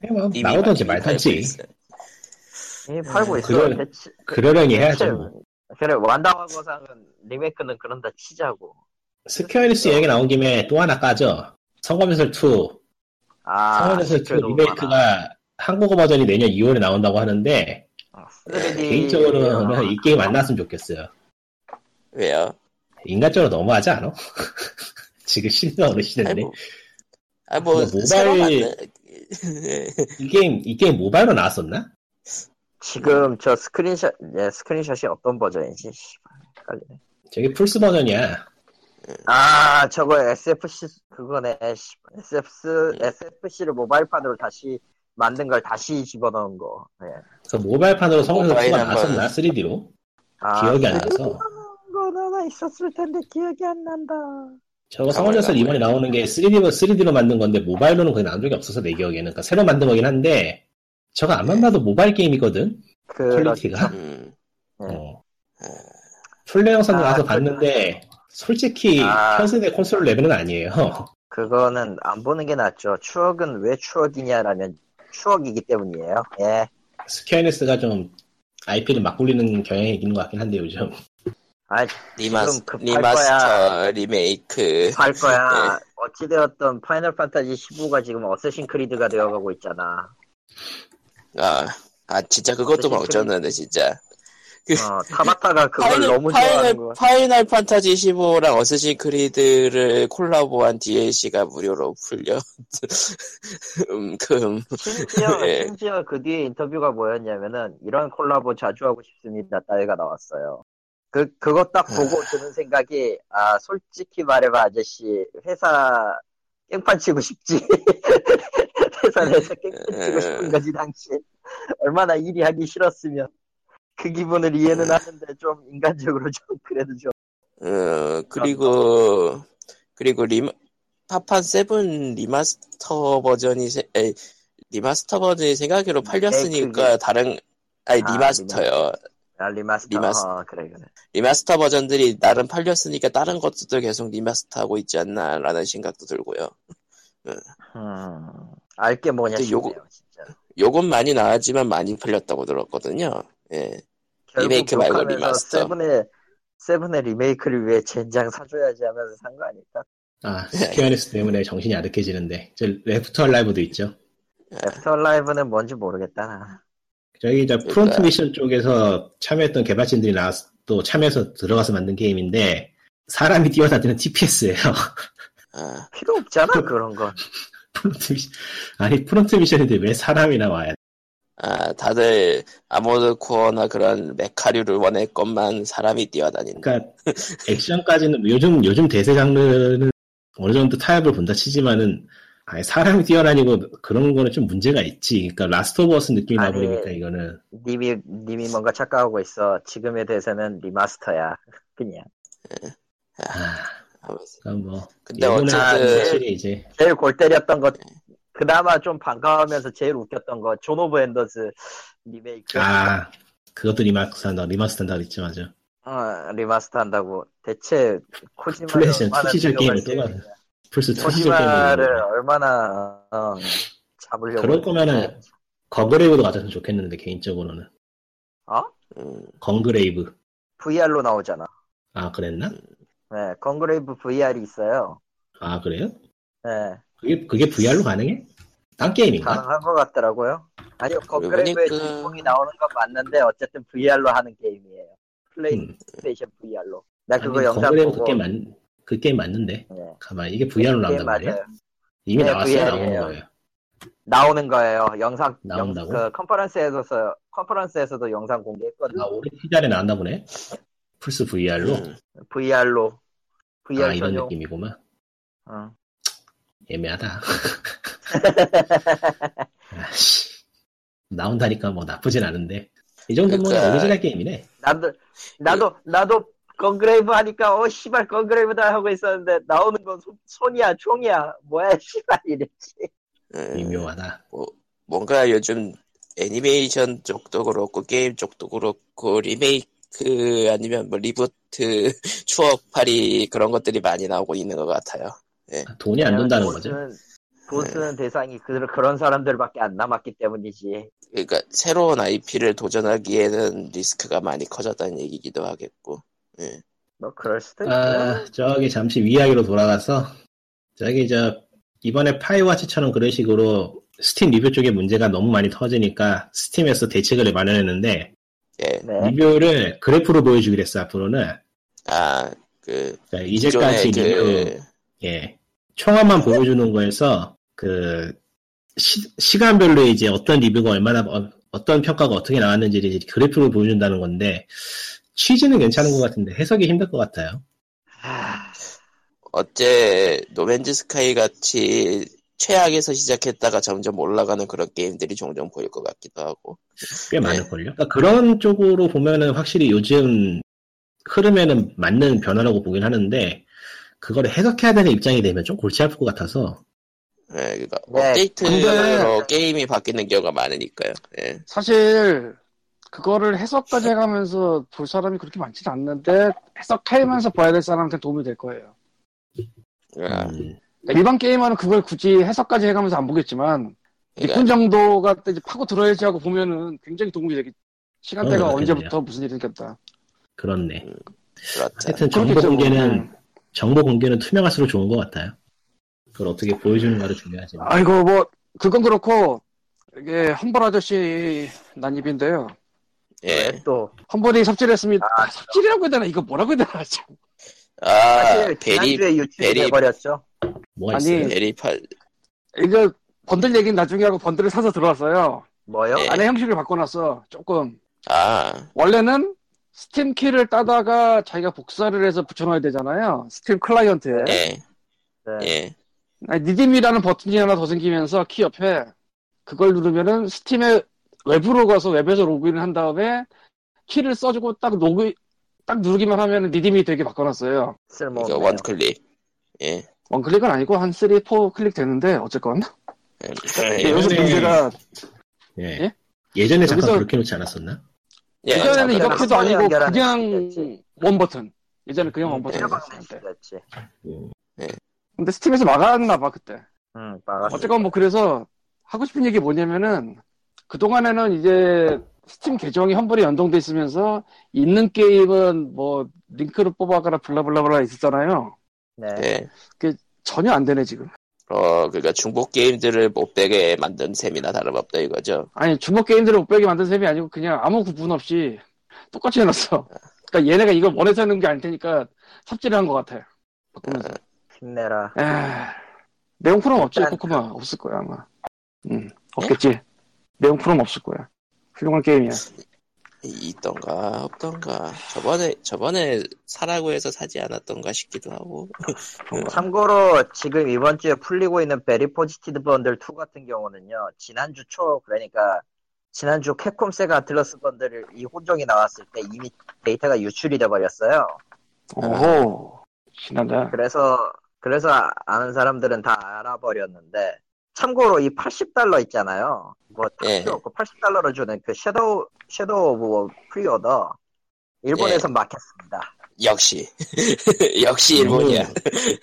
S4: 그냥 뭐
S1: 이미
S4: 나오든지
S1: 많이 팔고
S4: 말든지
S1: 있어요.
S5: 예, 팔고
S1: 음,
S5: 있어요
S4: 그건-
S5: 대체
S4: 그러려니
S5: 대체
S4: 해야죠. 뭐.
S5: 그래 완다와거상은 리메이크는 그런다 치자고
S4: 스퀘어리스 얘기 나온 김에 또 하나 까죠. 성검전설 2
S5: 아
S4: 성원에서 그
S5: 시켜도
S4: 리메이크가 한국어 버전이 내년 2월에 나온다고 하는데
S5: 많아. 아, 3D
S1: 음,
S5: 아,
S4: 개인적으로는 이 게임 안 나왔으면 좋겠어요.
S1: 왜요?
S4: 인간적으로 너무하지 않아? 지금 신나
S5: 네,
S4: 어르신인데
S1: 아니, 뭐, 아, 뭐,
S4: 뭐 모바일-
S1: 새로 만든- 예.
S4: 이 게임 이 게임 모바일로 나왔었나?
S5: 지금 저 스크린샷 예, 스크린샷이 어떤 버전인지 씨발, 헷갈리네
S4: 저게 플스 버전이야.
S5: 아, 저거 SFC, 그거네. 씨. SFC,
S4: 예.
S5: SFC를 모바일판으로 다시 만든 걸 다시 집어넣은 거. 예.
S4: 그 모바일판으로 성원에서
S1: 모바일
S4: 2가
S1: 한번.
S4: 나왔었나? 3D로
S5: 아,
S4: 기억이 안 나서
S5: 그건 하나 있었을 텐데 기억이 안 난다.
S4: 저거 성원에서
S1: 가만히
S4: 이번에 나오는 게 3D로 3D로 만든 건데 모바일로는 거의 나온 적이 없어서 내 기억에는 그러니까 새로 만든 거긴 한데 저거 안만 봐도 모바일 게임이거든.
S1: 네,
S4: 퀄리티가.
S1: 음.
S4: 어.
S1: 네.
S4: 플레이 영상을
S5: 아,
S4: 가서
S5: 그-
S4: 봤는데 솔직히
S5: 아.
S4: 현세대 콘솔 레벨은 아니에요.
S5: 그거는 안 보는 게 낫죠. 추억은 왜 추억이냐라면 추억이기 때문이에요. 예.
S4: 스퀘어닉스가 좀 IP를 막 굴리는 경향이 있는 것 같긴 한데 요즘.
S5: 아,
S1: 리마스,
S5: 지금 급할
S1: 리마스터, 리메이크.
S5: 갈 거야.
S4: 예.
S5: 어찌되었던 파이널 판타지 15가 지금 어쌔신 크리드가 되어가고 있잖아.
S1: 아, 아 진짜 그것도
S5: 그래서
S1: 막 어쩌는데 진짜.
S5: 어, 타바타가 그걸 너무 좋아하는
S1: 파이널,
S5: 거야.
S1: 파이널 판타지 15랑 어쌔신 크리드를 콜라보한 DLC가 무료로 풀려. 음, 금.
S5: 심지어,
S1: 예.
S5: 심지어 그 뒤에 인터뷰가 뭐였냐면은 이런 콜라보 자주 하고 싶습니다. 따위가 나왔어요. 그, 그거 딱
S1: 아.
S5: 보고 드는 생각이, 아, 솔직히 말해봐, 아저씨. 회사 깽판 치고 싶지. 회사 내서
S1: 예.
S5: 깽판 치고 싶은 거지, 당신. 얼마나 일이 하기 싫었으면. 그 기분을
S1: 예.
S5: 이해는 하는데 좀 인간적으로 좀 그래도 좀.
S1: 어, 그리고, 그리고 리, 파판 세븐 리마스터 버전이, 세- 에, 리마스터 버전이 생각으로 팔렸으니까
S5: 그게-
S1: 다른, 네, 아니,
S5: 아,
S1: 리마스터요.
S5: 아, 리마스터.
S1: 리마스터.
S5: 어, 그래, 그래.
S1: 리마스터 버전들이 나름 팔렸으니까 다른 것들도 계속 리마스터하고 있지 않나라는 생각도 들고요.
S5: 음. 알게 뭐냐
S1: 근데
S5: 싶네요,
S1: 요거-
S5: 진짜.
S1: 요건 많이 나왔지만 많이 팔렸다고 들었거든요. 예.
S5: 결국
S1: 리메이크 말고
S5: 욕하면서
S1: 리마스터.
S5: 세븐의 세븐의 리메이크를 위해 젠장 사줘야지 하면서 산 거 아닐까?
S4: 아
S1: 네.
S4: 스퀘어닉스 때문에 정신이 아득해지는데 저 레프터 라이브도 있죠.
S5: 애프터 라이브는 뭔지 모르겠다. 나.
S4: 저기 저
S1: 그러니까.
S4: 프론트 미션 쪽에서 참여했던 개발진들이 나와서 또 참여해서 들어가서 만든 게임인데 사람이 뛰어다니는 TPS예요.
S1: 아,
S5: 필요 없잖아 그런 건.
S4: 프론트 미션 아니 프론트 미션인데 왜 사람이 나와야 돼?
S1: 아, 다들 아모드 코어나 그런 메카류를 원할 것만 사람이 뛰어다닌다.
S4: 그러니까 액션까지는 뭐 요즘 요즘 대세 장르는 어느 정도 타협을 본다 치지만은 아예 사람이 뛰어다니고 그런 거는 좀 문제가 있지. 그러니까 라스트 오브 어스 느낌이
S5: 아니.
S4: 나버리니까 이거는
S5: 님이 님이 뭔가 착각하고 있어. 지금에 대해서는 리마스터야. 그냥
S4: 아, 그러니까 뭐
S1: 근데
S4: 일본의
S1: 어쨌든
S4: 현실이 이제
S5: 제일 골 때렸던 것. 그나마 좀 반가우면서 제일 웃겼던 거 존오브 엔더스 리메이크
S4: 아 그것도 리마스터 한다 리마스터 한다 그랬지 맞아.
S5: 어, 리마스터 한다고 대체 코지마를
S4: 플래시는
S5: 얼마나
S4: 특이적
S5: 비교할
S4: 게임을
S5: 수
S4: 또
S5: 있느냐.
S4: 플스 투
S5: 코지마를 얼마나 어, 잡으려고
S4: 그럴 거면은 거그레이브도 가졌으면 좋겠는데 개인적으로는
S1: 음,
S4: 건그레이브
S5: VR로 나오잖아.
S4: 아 그랬나?
S5: 네, 건그레이브 VR이 있어요.
S4: 아 그래요?
S5: 네,
S4: 그게 그게 VR로 가능해? 딴 게임인가?
S5: 가능한 것 같더라고요. 아니요, 건그레이브의
S1: 그러니까-
S5: 주인공이 나오는 건 맞는데 어쨌든 VR로 하는 게임이에요.
S4: 음.
S5: 플레이스테이션 VR로. 나
S4: 아니,
S5: 그거 영상
S4: 건그레이브
S5: 보고.
S4: 그게 맞 그게 맞는데
S5: 네.
S4: 가만 이게 VR로
S5: 그게
S4: 나온단 말이야?
S5: 맞아요.
S4: 이미
S5: 네,
S4: 나왔어요
S5: VR
S4: 나오는
S5: 이에요.
S4: 거예요.
S5: 나오는 거예요. 영상
S4: 나온다고?
S5: 영- 그 컨퍼런스에서 컨퍼런스에서도 영상 공개했거든.
S4: 아 올해 티자에 나왔나 보네. 플스 VR로
S1: 음.
S5: VR로 VR
S4: 아 이런
S5: 전용.
S4: 느낌이구만.
S5: 응.
S4: 애매하다. 아씨 나온다니까 뭐 나쁘진 않은데 이 정도면
S1: 그러니까-
S4: 오리지널 게임이네.
S5: 나도 나도 나도 건그레이브 하니까 어 씨발 건그레이브다 하고 있었는데 나오는 건 손, 손이야 총이야 뭐야 씨발 이랬지 네.
S1: 음,
S4: 미묘하다.
S1: 뭔가 요즘 애니메이션 쪽도 그렇고 게임 쪽도 그렇고 리메이크 아니면 뭐 리부트 추억팔이 그런 것들이 많이 나오고 있는 것 같아요.
S4: 돈이 안 돈다는 거죠.
S5: 돈 쓰는- 돈 쓰는 대상이 그, 그런 사람들밖에 안 남았기 때문이지
S1: 그러니까 새로운 IP를 도전하기에는 리스크가 많이 커졌다는 얘기기도 하겠고.
S5: 뭐 그럴 수도 있고
S4: 아, 저기 잠시 위아래로 돌아가서 저기 저 이번에 파이와치처럼 그런 식으로 스팀 리뷰 쪽에 문제가 너무 많이 터지니까 스팀에서 대책을 마련했는데
S1: 예.
S5: 네
S4: 리뷰를 그래프로 보여주기로 했어 앞으로는
S1: 아, 그
S4: 그러니까 이제까지
S1: 기존의
S4: 리뷰
S1: 그
S4: 예. 총합만 보여주는 거에서 그 시, 간별로 이제 어떤 리뷰가 얼마나 어, 떤 평가가 어떻게 나왔는지를 이제 그래프로 보여준다는 건데 취지는 괜찮은 것 같은데 해석이 힘들 것 같아요.
S1: 어째 노맨즈 스카이 같이 최악에서 시작했다가 점점 올라가는 그런 게임들이 종종 보일 것 같기도 하고.
S4: 꽤 많을걸요. 그런 쪽으로 보면은 확실히 요즘 흐름에는 맞는 변화라고 보긴 하는데 그걸 해석해야 되는 입장이 되면 좀 골치 아플 것 같아서
S1: 예, 그러니까
S5: 네,
S1: 업데이트로
S2: 근데-
S1: 게임이 바뀌는 경우가 많으니까요. 예.
S2: 사실 그거를 해석까지 해가면서 볼 사람이 그렇게 많지는 않는데 해석하면서 봐야 될 사람한테 도움이 될 거예요.
S1: 아,
S4: 음,
S2: 그러니까 일반 게이머는 그걸 굳이 해석까지 해가면서 안 보겠지만
S1: 그러니까
S2: 6분 정도가 이제 파고 들어야지 하고 보면은 굉장히 도움이 되겠. 시간대가
S4: 어, 그렇겠네요.
S2: 언제부터 무슨 일이 생겼다.
S4: 그렇네.
S1: 그렇죠.
S4: 하여튼 정보
S2: 그렇겠죠.
S4: 공개는 정보 공개는 투명할수록 좋은 것 같아요. 그걸 어떻게 보여주는가도 중요하지만.
S2: 아이고 뭐 그건 그렇고 이게 험벌 아저씨 난입인데요.
S1: 예.
S5: 또
S2: 험벌이 삽질했습니다. 삽질이라고 해야 되나? 이거 뭐라고 해야 되나? 참.
S1: 아,
S5: 사실
S1: 베리,
S5: 그 지난주에 유출이
S1: 베리-
S5: 돼버렸죠.
S4: 뭐가
S2: 아니,
S4: 있어요?
S1: 베리팔,
S2: 이거 번들 얘기는 나중에 하고 번들을 사서 들어왔어요.
S5: 뭐요? 아,
S1: 예.
S2: 안에 형식을 바꿔놨어. 조금.
S1: 아,
S2: 원래는 스팀 키를 따다가 자기가 복사를 해서 붙여놔야 되잖아요. 스팀 클라이언트에.
S1: 예,
S5: 네.
S1: 예.
S2: 아니, 니딤이라는 버튼이 하나 더 생기면서 키 옆에 그걸 누르면은 스팀에 웹으로 가서 웹에서 로그인을 한 다음에 키를 써주고 딱 로그 딱 누르기만 하면은 니딤이 되게 바꿔놨어요.
S1: 이거
S5: 뭐, 쓸모없네요.
S1: 원클릭. 예.
S2: 원 클릭은 아니고 한 3, 4 클릭 되는데 어쨌건 네,
S1: 예.
S2: 여기서
S4: 예전에-
S2: 문제가
S4: 예.
S2: 예?
S4: 예전에 잠깐
S2: 여기서-
S4: 그렇게 놓지 않았었나?
S1: 예,
S2: 예전에는
S1: 잠깐.
S2: 이렇게도 아니고
S5: 연결하는 네.
S2: 그냥
S5: 거였지.
S2: 원 버튼. 예전에 그냥 원 버튼.
S5: 실망을
S2: 이었을 때.
S5: 했지.
S4: 음,
S2: 근데 스팀에서 막았나 봐 그때.
S5: 응, 막았어.
S2: 어쨌건 뭐 그래서 하고 싶은 얘기 뭐냐면은 그 동안에는 이제 스팀 계정이 환불이 연동돼 있으면서 있는 게임은 뭐 링크를 뽑아가라 블라블라블라 있었잖아요.
S5: 네.
S1: 예.
S2: 전혀 안 되네 지금.
S1: 어, 그러니까 중복 게임들을 못 빼게 만든 셈이나 다름없다 이거죠.
S2: 아니 주먹 게임들을 못 빼게 만든 셈이 아니고 그냥 아무 구분 없이 똑같이 해놨어. 그러니까 얘네가 이걸 원해서 하는 게 아닐 테니까 삽질을 한 것 같아. 바꾸면서.
S5: 힘내라.
S2: 에 내용 프롬 없지
S5: 일단-
S2: 코코마 없을 거야 아마. 음 없겠지. 내용 프롬 없을 거야. 훌륭한 게임이야.
S1: 이- 있던가 없던가. 저번에 저번에 사라고 해서 사지 않았던가 싶기도 하고.
S5: 뭐,
S2: 어.
S5: 참고로 지금 이번 주에 풀리고 있는 베리 포지티드 번들 2 같은 경우는요. 지난주 초 그러니까 지난주 캡콤 세가 아틀러스 번들을 이 혼종이 나왔을 때 이미 데이터가 유출이 돼 버렸어요.
S2: 오호 신난다
S5: 그래서 그래서 아- 아는 사람들은 다 알아버렸는데 참고로 이 80달러 있잖아요. 뭐
S1: 예.
S5: 탁도 없고 80달러를 주는 그 섀도우 섀도우 오브 프리오더
S2: 예.
S5: 일본에서 막혔습니다.
S1: 역시 역시 일본이야.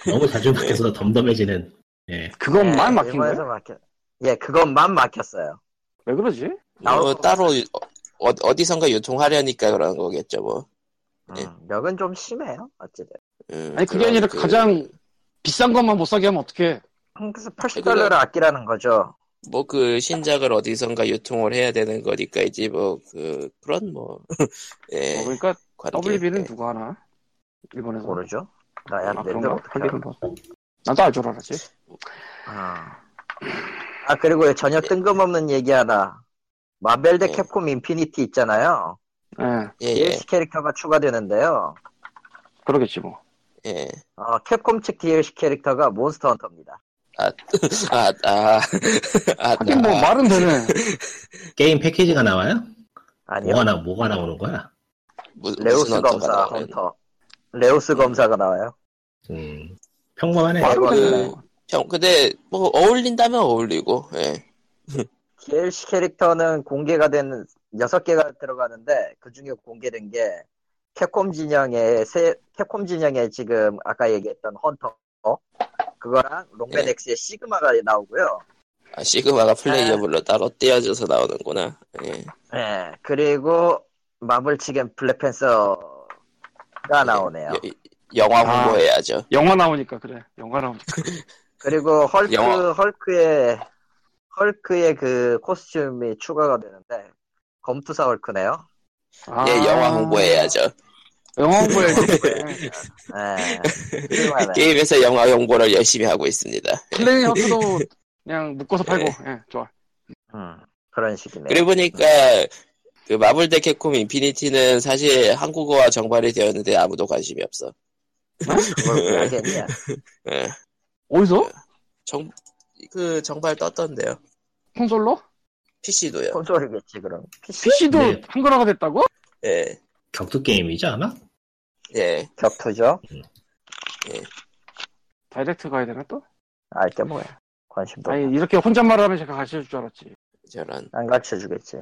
S4: 너무 자주 밖에서 덤덤해지는. 예.
S2: 그것만
S5: 예,
S2: 막힌 거야?
S5: 일본에서 막혔. 예, 그것만 막혔어요.
S2: 왜 그러지?
S1: 뭐 따로 유- 어, 어디선가 유통하려니까 그런 거겠죠 뭐. 예.
S5: 음, 역은 좀 심해요. 어쨌든.
S1: 음,
S2: 아니 그게
S1: 그런
S2: 아니라
S1: 그-
S2: 가장 비싼 것만 못 사게 하면 어떡해
S5: 음, 그래서 80달러를 아끼라는 거죠.
S1: 뭐 그 신작을 어디선가 유통을 해야 되는 거니까 이제 뭐 그 그런 뭐 예.
S2: 어, 그러니까
S1: 관계.
S2: WB는 누가 하나? 일본에서
S5: 모르죠. 나야
S2: 아
S5: 내들
S2: 그런가?
S5: 어떻게
S2: 하긴 뭐 나도 알 줄 알았지
S5: 아. 아 그리고 전혀 뜬금없는 얘기 하나. 마벨 대
S1: 예.
S5: 캡콤 인피니티 있잖아요.
S2: 예
S1: 예, 예,
S5: DLC 캐릭터가 추가되는데요.
S2: 그러겠지 뭐
S1: 예.
S5: 어, 캡콤 측 DLC 캐릭터가 몬스터 헌터입니다.
S1: 아, 아, 아,
S2: 하긴 뭐
S1: 아.
S2: 말은 되네
S4: 게임 패키지가 나와요?
S5: 아니요.
S4: 뭐가 나 뭐가 나오는 거야?
S1: 무,
S5: 레오스
S1: 무슨 언터가
S5: 검사
S1: 나오면
S5: 헌터. 레오스 검사가 나와요.
S4: 음. 평범하네.
S2: 말은
S5: 이거는-
S2: 되네 뭐.
S1: 평 근데 뭐 어울린다면 어울리고 예.
S5: DLC 캐릭터는 공개가 된 6개가 들어가는데 그중에 공개된 게 캡콤 진영의 새 캡콤 진영의 지금 아까 얘기했던 헌터 그거랑 롱맨
S1: 예.
S5: X의 시그마가 나오고요.
S1: 아, 시그마가
S5: 네.
S1: 플레이어블로 따로 떼어져서 나오는구나. 예.
S5: 예. 그리고 마블 측엔 블랙팬서가 나오네요.
S1: 예, 영화
S2: 아.
S1: 홍보해야죠.
S2: 영화 나오니까 그래 영화 나오니까
S5: 그리고 헐크
S1: 영화.
S5: 헐크의 헐크의 그 코스튬이 추가가 되는데 검투사 헐크네요.
S2: 아,
S1: 예, 영화 홍보해야죠.
S2: 영화 홍보해야지
S5: 예.
S2: 네.
S5: 쓸만해.
S1: 게임에서 영화 홍보를 열심히 하고 있습니다.
S2: 플레이 허프도 그냥 묶어서 팔고
S1: 예.
S2: 예 좋아
S5: 음, 그런 식이네요.
S1: 그래 보니까 그 마블 대 캡콤 인피니티는 사실 한국어와 정발이 되었는데 아무도 관심이 없어.
S5: 그걸 왜 하겠냐.
S1: 예.
S2: 어디서?
S1: 정, 그 정발 떴던데요.
S2: 콘솔로? 어.
S1: PC도요.
S5: 콘솔이겠지, 그럼. PC?
S2: PC도
S4: 네.
S2: 한글화가 됐다고?
S1: 예.
S4: 격투 게임이죠 아마?
S1: 예.
S5: 격투죠?
S2: 다이렉트 가야 되나 또?
S5: 아, 이게 뭐야. 관심도.
S2: 아니 이렇게 혼잣말을 하면 제가 가르쳐줄 줄 알았지
S1: 저런.
S5: 안 가르쳐 주겠지.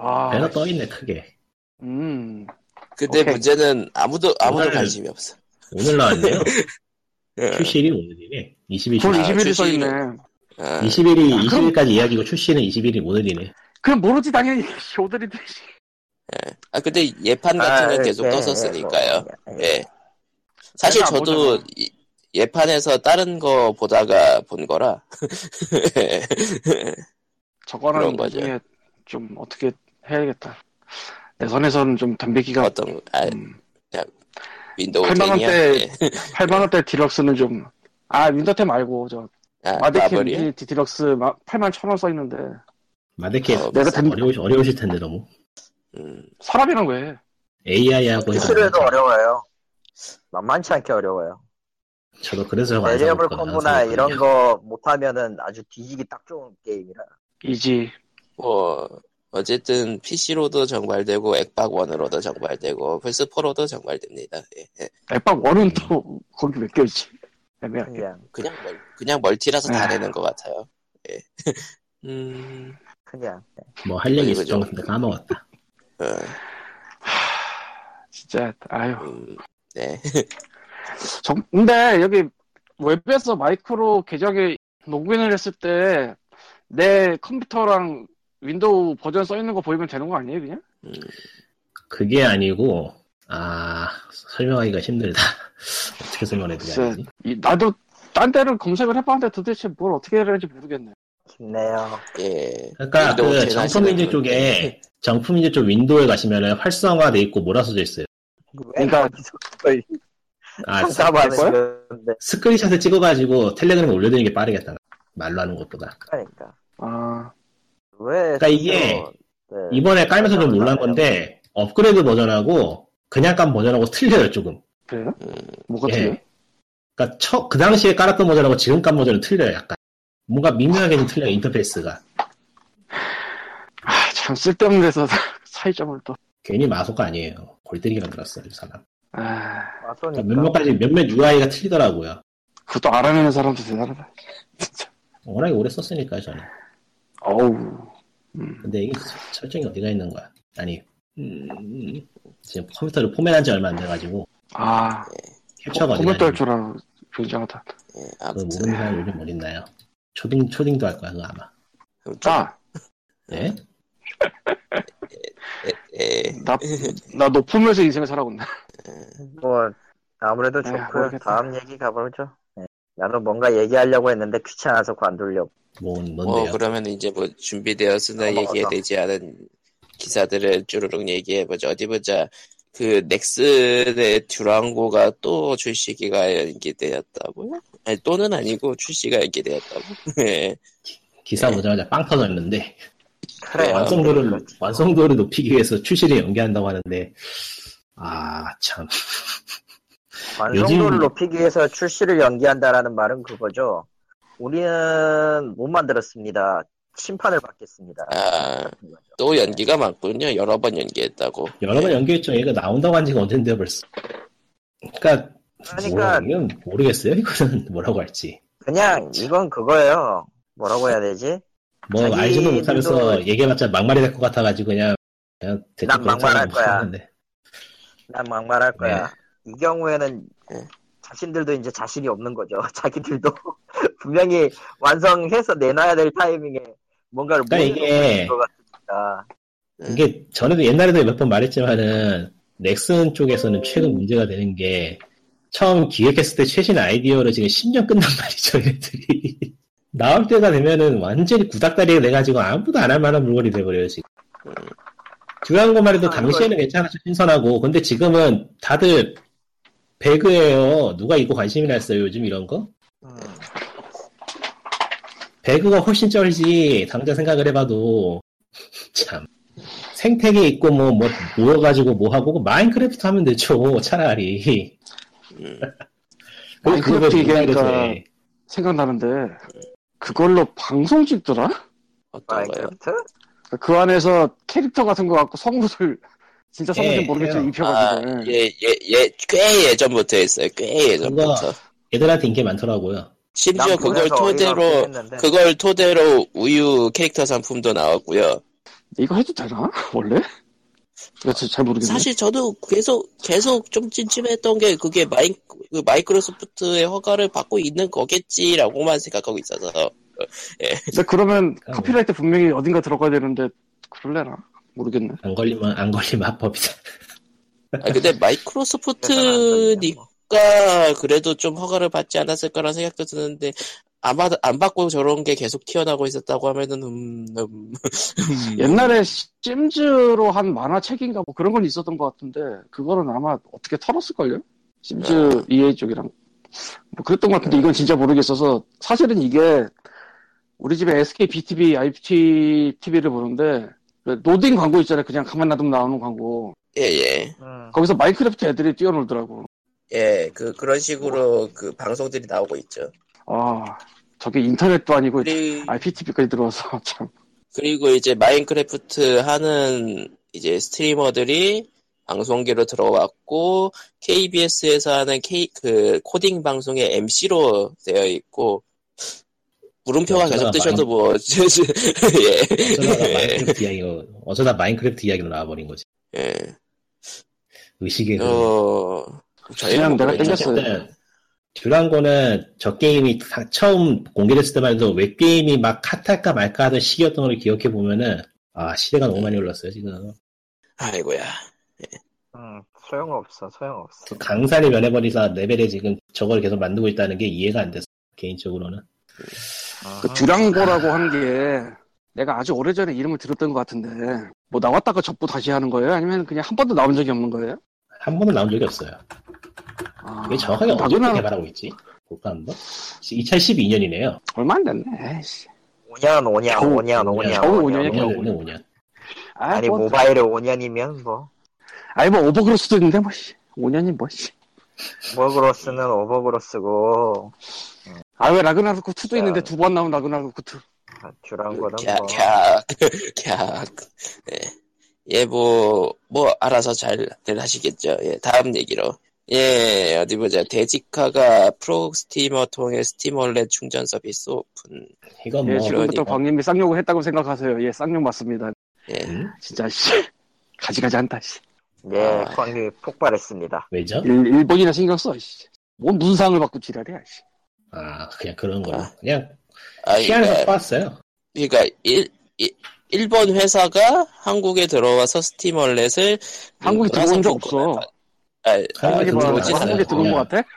S2: 아,
S4: 배너 떠있네 크게
S2: 음,
S1: 근데
S2: 오케이.
S1: 문제는 아무도 아무도
S4: 오늘은-
S1: 관심이 없어.
S4: 오늘 나왔네요
S1: 예.
S4: 출시일이 오늘이네 22일
S2: 돈
S1: 아,
S2: 21이
S1: 출시일은-
S2: 써있네.
S1: 아,
S4: 20일이
S2: 아, 그럼-
S4: 20일까지 이야기고 출시는 21일 오늘이네
S2: 그럼 모르지, 당연히. 쇼들이 듯이.
S1: 아, 근데 예판 같은
S5: 아,
S2: 네,
S1: 건 계속 떴었으니까요. 예. 사실
S2: 내가 안
S1: 저도
S2: 네, 보잖아.
S1: 이- 예판에서 다른 거 보다가 본 거라.
S2: 저거는
S1: 그런 거죠.
S2: 나중에 좀 어떻게 해야겠다. 내 선에서는 좀 담배기가
S1: 어떤 거- 아,
S2: 음,
S1: 윈도우
S2: 그러니까 팔만
S1: 10이야?
S2: 원대-
S1: 예.
S2: 8만 원대 디럭스는 좀. 아, 윈도테 말고 저
S1: 아,
S2: 마데킴
S1: 마블이요?
S2: 디- 디럭스 마- 8만 천 원 써있는데
S4: 마데키
S1: 어,
S2: 내가 담-
S4: 어려우시, 어려우실 텐데 너무
S1: 음,
S2: 사람이랑 왜?
S4: AI하고
S5: 기술에도 어려워요. 만만치 않게 어려워요.
S4: 저도 그래서 저거 안
S5: 베리어블
S4: 사먹거든요 아,
S5: 콤보나 이런 거 못하면은 아주 뒤지기 딱 좋은 게임이라.
S2: 이지
S1: 뭐 어쨌든 PC로도 정발되고 엑박 원으로도 정발되고 플스 4로도 정발됩니다. 예, 예.
S2: 앱박 원은 또 거기 몇 개지?
S4: 아,
S2: 애매하게.
S5: 그냥
S1: 그냥 멀, 그냥 멀티라서 다
S2: 아.
S1: 내는 것 같아요. 예. 음,
S5: 그냥
S4: 뭐할 얘기 있을
S1: 그죠.
S4: 정 같은데 까먹었다
S1: 어,
S2: 진짜 아유.
S1: 음, 네.
S2: 정- 근데 여기 웹에서 마이크로 계정에 로그인을 했을 때 내 컴퓨터랑 윈도우 버전 써 있는 거 보이면 되는 거 아니에요, 그냥?
S4: 그게 아니고 아 설명하기가 힘들다 어떻게 설명해야
S2: 글쎄.
S4: 되지
S2: 이- 나도 딴 데를 검색을 해봤는데 도대체 뭘 어떻게 해야 되는지 모르겠네.
S4: 아,
S5: 쉽네요.
S1: 예.
S4: 그러니까
S1: 윈도우
S4: 그
S1: 텐 하시는
S4: 정품인재
S1: 분.
S4: 쪽에 정품인재 쪽 윈도우에 가시면은 활성화돼 있고 뭐라 써져 있어요
S2: 그러니까-
S4: 아
S5: 참담하
S2: 거야?
S5: 데
S4: 스크린샷을 찍어가지고 텔레그램에 올려드리는 게 빠르겠다 말로 하는 것보다
S5: 그러니까
S2: 아,
S5: 왜?
S4: 그러니까 이게
S5: 실제로, 네.
S4: 이번에 깔면서 좀 놀란 건데 업그레이드 버전하고 그냥 깐 버전하고 틀려요 조금
S2: 그래요?
S1: 음,
S2: 뭐가
S4: 예.
S2: 틀려?
S4: 그러니까 처, 그 당시에 깔았던 버전하고 지금 깐 버전은 틀려요 약간 뭔가 미묘하게 좀 틀려요 인터페이스가
S2: 아, 참 쓸데없는 데서 차이점을 또.
S4: 괜히 마소가 아니에요 골때리게 만들었어요 이 사람
S2: 아,
S5: 와서니까.
S4: 그러니까 몇몇 가지 몇몇 UI가 틀리더라고요
S2: 그것도 알아내는 사람도 대단하다. 진짜.
S4: 워낙에 오래 썼으니까 저는
S2: 어우. 음.
S4: 근데 이게 설정이 어디가 있는 거야 아니 음, 지금 컴퓨터를 포맷한 지 얼마 안 돼가지고
S2: 아,
S4: 캡처가 어디가
S2: 고물
S4: 있는
S2: 떨줄 알아. 굉장하다.
S1: 예,
S4: 그
S1: 아무튼
S4: 모르는 사람 요즘 어딨나요 초딩 초딩도 할 거야 그거 아마
S2: 아,
S4: 네?
S1: 예.
S2: 나, 나 높으면서 인생을 살아온다.
S5: 뭐 아무래도
S2: 에휴,
S5: 좋고요.
S2: 모르겠다.
S5: 다음 얘기 가보죠. 네. 나도 뭔가 얘기하려고 했는데 귀찮아서 관둘려.
S4: 뭔
S1: 뭐
S5: 어,
S4: 뭔데요
S1: 그러면 이제 뭐 준비되었으나
S5: 넘어가자.
S1: 얘기되지 않은 기사들을 쭈루룩 얘기해 보자. 어디 보자. 그 넥슨의 듀랑고가 또 출시기가 연기되었다고요? 아니 또는 아니고 출시가 연기되었다고. 예.
S4: 기사 보자마자 빵 터졌는데
S5: 예, 아, 그래요.
S4: 완성도를 완성도를 높이기 위해서 출시를 연기한다고 하는데 아 참
S5: 완성도를
S4: 요즘-
S5: 높이기 위해서 출시를 연기한다라는 말은 그거죠. 우리는 못 만들었습니다. 심판을 받겠습니다.
S1: 아, 또 연기가 많군요. 여러 번 연기했다고. 네.
S4: 여러
S5: 예.
S4: 번 연기했죠 얘가 나온다고 한 지가 언젠데 벌써 그러니까
S5: 그러니까-
S4: 뭐라- 이건 모르겠어요 이거는 뭐라고 할지
S5: 그냥 이건 그거예요. 뭐라고 해야 되지?
S4: 뭐
S5: 자기
S4: 알지도 못하면서
S5: 눈으로-
S4: 얘기해봤자 막말이 될 것 같아가지고 그냥 그냥 대충
S5: 난 막말할
S4: 그렇다고
S5: 거야.
S4: 하는데.
S5: 난 막말할 거야.
S4: 네.
S5: 이 경우에는
S1: 네.
S5: 자신들도 이제 자신이 없는 거죠. 자기들도 분명히 완성해서 내놔야 될 타이밍에 뭔가를
S4: 그러니까 이게-
S5: 것 같으니까.
S4: 이게 전에도 옛날에도 몇 번 말했지만은 넥슨 쪽에서는 최근 문제가 되는 게 처음 기획했을 때 최신 아이디어로 지금 10년 끝난 말이죠 얘들이 나올 때가 되면은 완전히 구닥다리가 돼가지고 아무도 안 할 만한 물건이 돼버려요 지금 중요한 것만 해도
S5: 아,
S4: 당시에는 괜찮아서 신선하고 근데 지금은 다들 배그예요 누가 이거 관심이나 했어요 요즘 이런 거
S5: 음,
S4: 배그가 훨씬 쩔지 당장 생각을 해봐도 참 생태계 있고 뭐 뭐 모여가지고 뭐 하고 마인크래프트 하면 되죠 차라리
S1: 음.
S2: 마인크래프트
S4: 어, 그거
S2: 얘기하니까
S4: 모바일에서 예. 해.
S2: 생각나는데, 그걸로 방송 찍더라? 그러니까
S1: 어떤 거요?
S5: 마인크래프트?
S2: 그 안에서 캐릭터 같은 거 갖고 성우들, 진짜 성우인지
S4: 예,
S2: 모르겠지만
S4: 해요.
S1: 아,
S2: 입혀가지고.
S1: 예, 예, 예, 꽤 예전부터 했어요. 꽤 예전부터.
S4: 그거- 얘들한테 인기 많더라고요
S1: 심지어
S5: 난
S1: 그걸
S5: 보면서 어이가
S1: 토대로 그
S5: 없긴 했는데.
S1: 그걸 토대로 우유 캐릭터 상품도 나왔고요.
S2: 이거 해도 되나? 원래? 이거 잘- 잘 모르겠네.
S1: 사실 저도 계속 계속 좀 찜찜했던 게 그게 마이, 그 마이크로소프트의 허가를 받고 있는 거겠지라고만 생각하고 있어서
S2: 근데 그러면 카피라이트 분명히 어딘가 들어가야 되는데 그럴래나? 모르겠네.
S4: 안 걸리면 안 걸리면 합법이다.
S1: 아, 근데 마이크로소프트니까 그래도 좀 허가를 받지 않았을 까라는 생각도 드는데 아마 안 받고 저런 게 계속 튀어나오고 있었다고 하면은 음, 음, 음.
S2: 옛날에 심즈로 한 만화책인가 뭐 그런 건 있었던 것 같은데 그거는 아마 어떻게 털었을걸요? 심즈 EA 쪽이랑 뭐 그랬던 것 같은데 이건 진짜 모르겠어서 사실은 이게 우리 집에 SK BTV, IPTV를 보는데 그 로딩 광고 있잖아요. 그냥 가만 놔두면 나오는 광고.
S1: 예, 예.
S5: 음.
S2: 거기서 마인크래프트 애들이 뛰어놀더라고.
S1: 예, 그, 그런 식으로 그 방송들이 나오고 있죠.
S2: 아 저게 인터넷도 아니고
S1: 그리고,
S2: IPTV까지 들어와서 참.
S1: 그리고 이제 마인크래프트 하는 이제 스트리머들이 방송계로 들어왔고, KBS에서 하는 K, 그 코딩 방송의 MC로 되어 있고, 물음표가 계속
S4: 어쩌나
S1: 뜨셔도 뭐, 예,
S4: 어쩌다가 마인크래프트 이야기로 어쩌다 마인크래프트 이야기로 나와버린 거지.
S1: 예.
S4: 의식의 흐름.
S1: 어,
S2: 음. 그냥 내가 땡겼어요.
S4: 어쨌든 듀랑고는 저 게임이 다- 처음 공개됐을 때만 해도 웹 게임이 막 핫할까 말까 하던 시기였던 걸 기억해 보면은 아 시대가 너무 많이 흘렀어요 지금.
S1: 아이고야.
S5: 음, 소용없어, 소용없어.
S4: 그 강산이 변해버리자 레벨에 지금 저걸 계속 만들고 있다는 게 이해가 안 돼서 개인적으로는.
S5: 음.
S2: 그 듀랑고라고 한 게 내가 아주 오래전에 이름을 들었던 것 같은데 뭐 나왔다가 접고 다시 하는 거예요? 아니면 그냥 한 번도 나온 적이 없는 거예요?
S4: 한 번도 나온 적이 없어요.
S2: 아,
S4: 이게 정확하게 언제
S2: 나그나
S4: 개발하고 있지? 볼까 한번? 2012년이네요.
S2: 얼마 안 됐네. 에이씨.
S5: 5년, 5년,
S2: 겨우
S5: 5년, 5년.
S4: 겨우
S2: 5년이야, 겨우.
S4: 5년, 5년.
S2: 아,
S5: 아니,
S2: 뭐,
S5: 모바일에 5년이면 뭐.
S2: 아니 뭐 오버그럴 수도 있는데 뭐 씨. 5년이 뭐 씨.
S5: 오버그로스는 오버그로스고,
S2: 아 왜 라그나로크 2도
S5: 야.
S2: 있는데 두 번 나온 라그나로크 2.
S1: 어,
S5: 듀랑고는
S1: 캬,
S5: 아, 뭐.
S1: 캬, 캬. 예. 예, 뭐, 뭐, 알아서 잘들 하시겠죠. 예, 다음 얘기로. 예, 어디 보자. 데지카가 프로 스티머 통해 스팀월렛 충전 서비스 오픈.
S4: 이건
S2: 예
S4: 뭐
S2: 지금부터
S1: 그러니까.
S2: 광님이 쌍욕을 했다고 생각하세요. 예 쌍욕 맞습니다.
S1: 예.
S4: 음?
S2: 진짜 씨. 가지가지 않다 씨.
S5: 예,
S1: 아.
S5: 광기 폭발했습니다.
S4: 왜죠?
S2: 일, 일본이나 신경 써 씨. 뭔 문상을 받고 지랄이야 씨.
S4: 아 그냥 그런 거예요.
S1: 아.
S4: 그냥
S1: 아,
S4: 피아노에서
S1: 그러니까,
S4: 뽑았어요.
S1: 그러니까 일, 일, 일본 회사가 한국에 들어와서 스팀월렛을
S2: 한국에 들어온 적 없어.
S1: 네, 뭐, 아, 예.
S4: 한국에
S2: 한국에 들어온
S4: 들어온 적 없어요.
S2: 한국에 들어온 것 같아?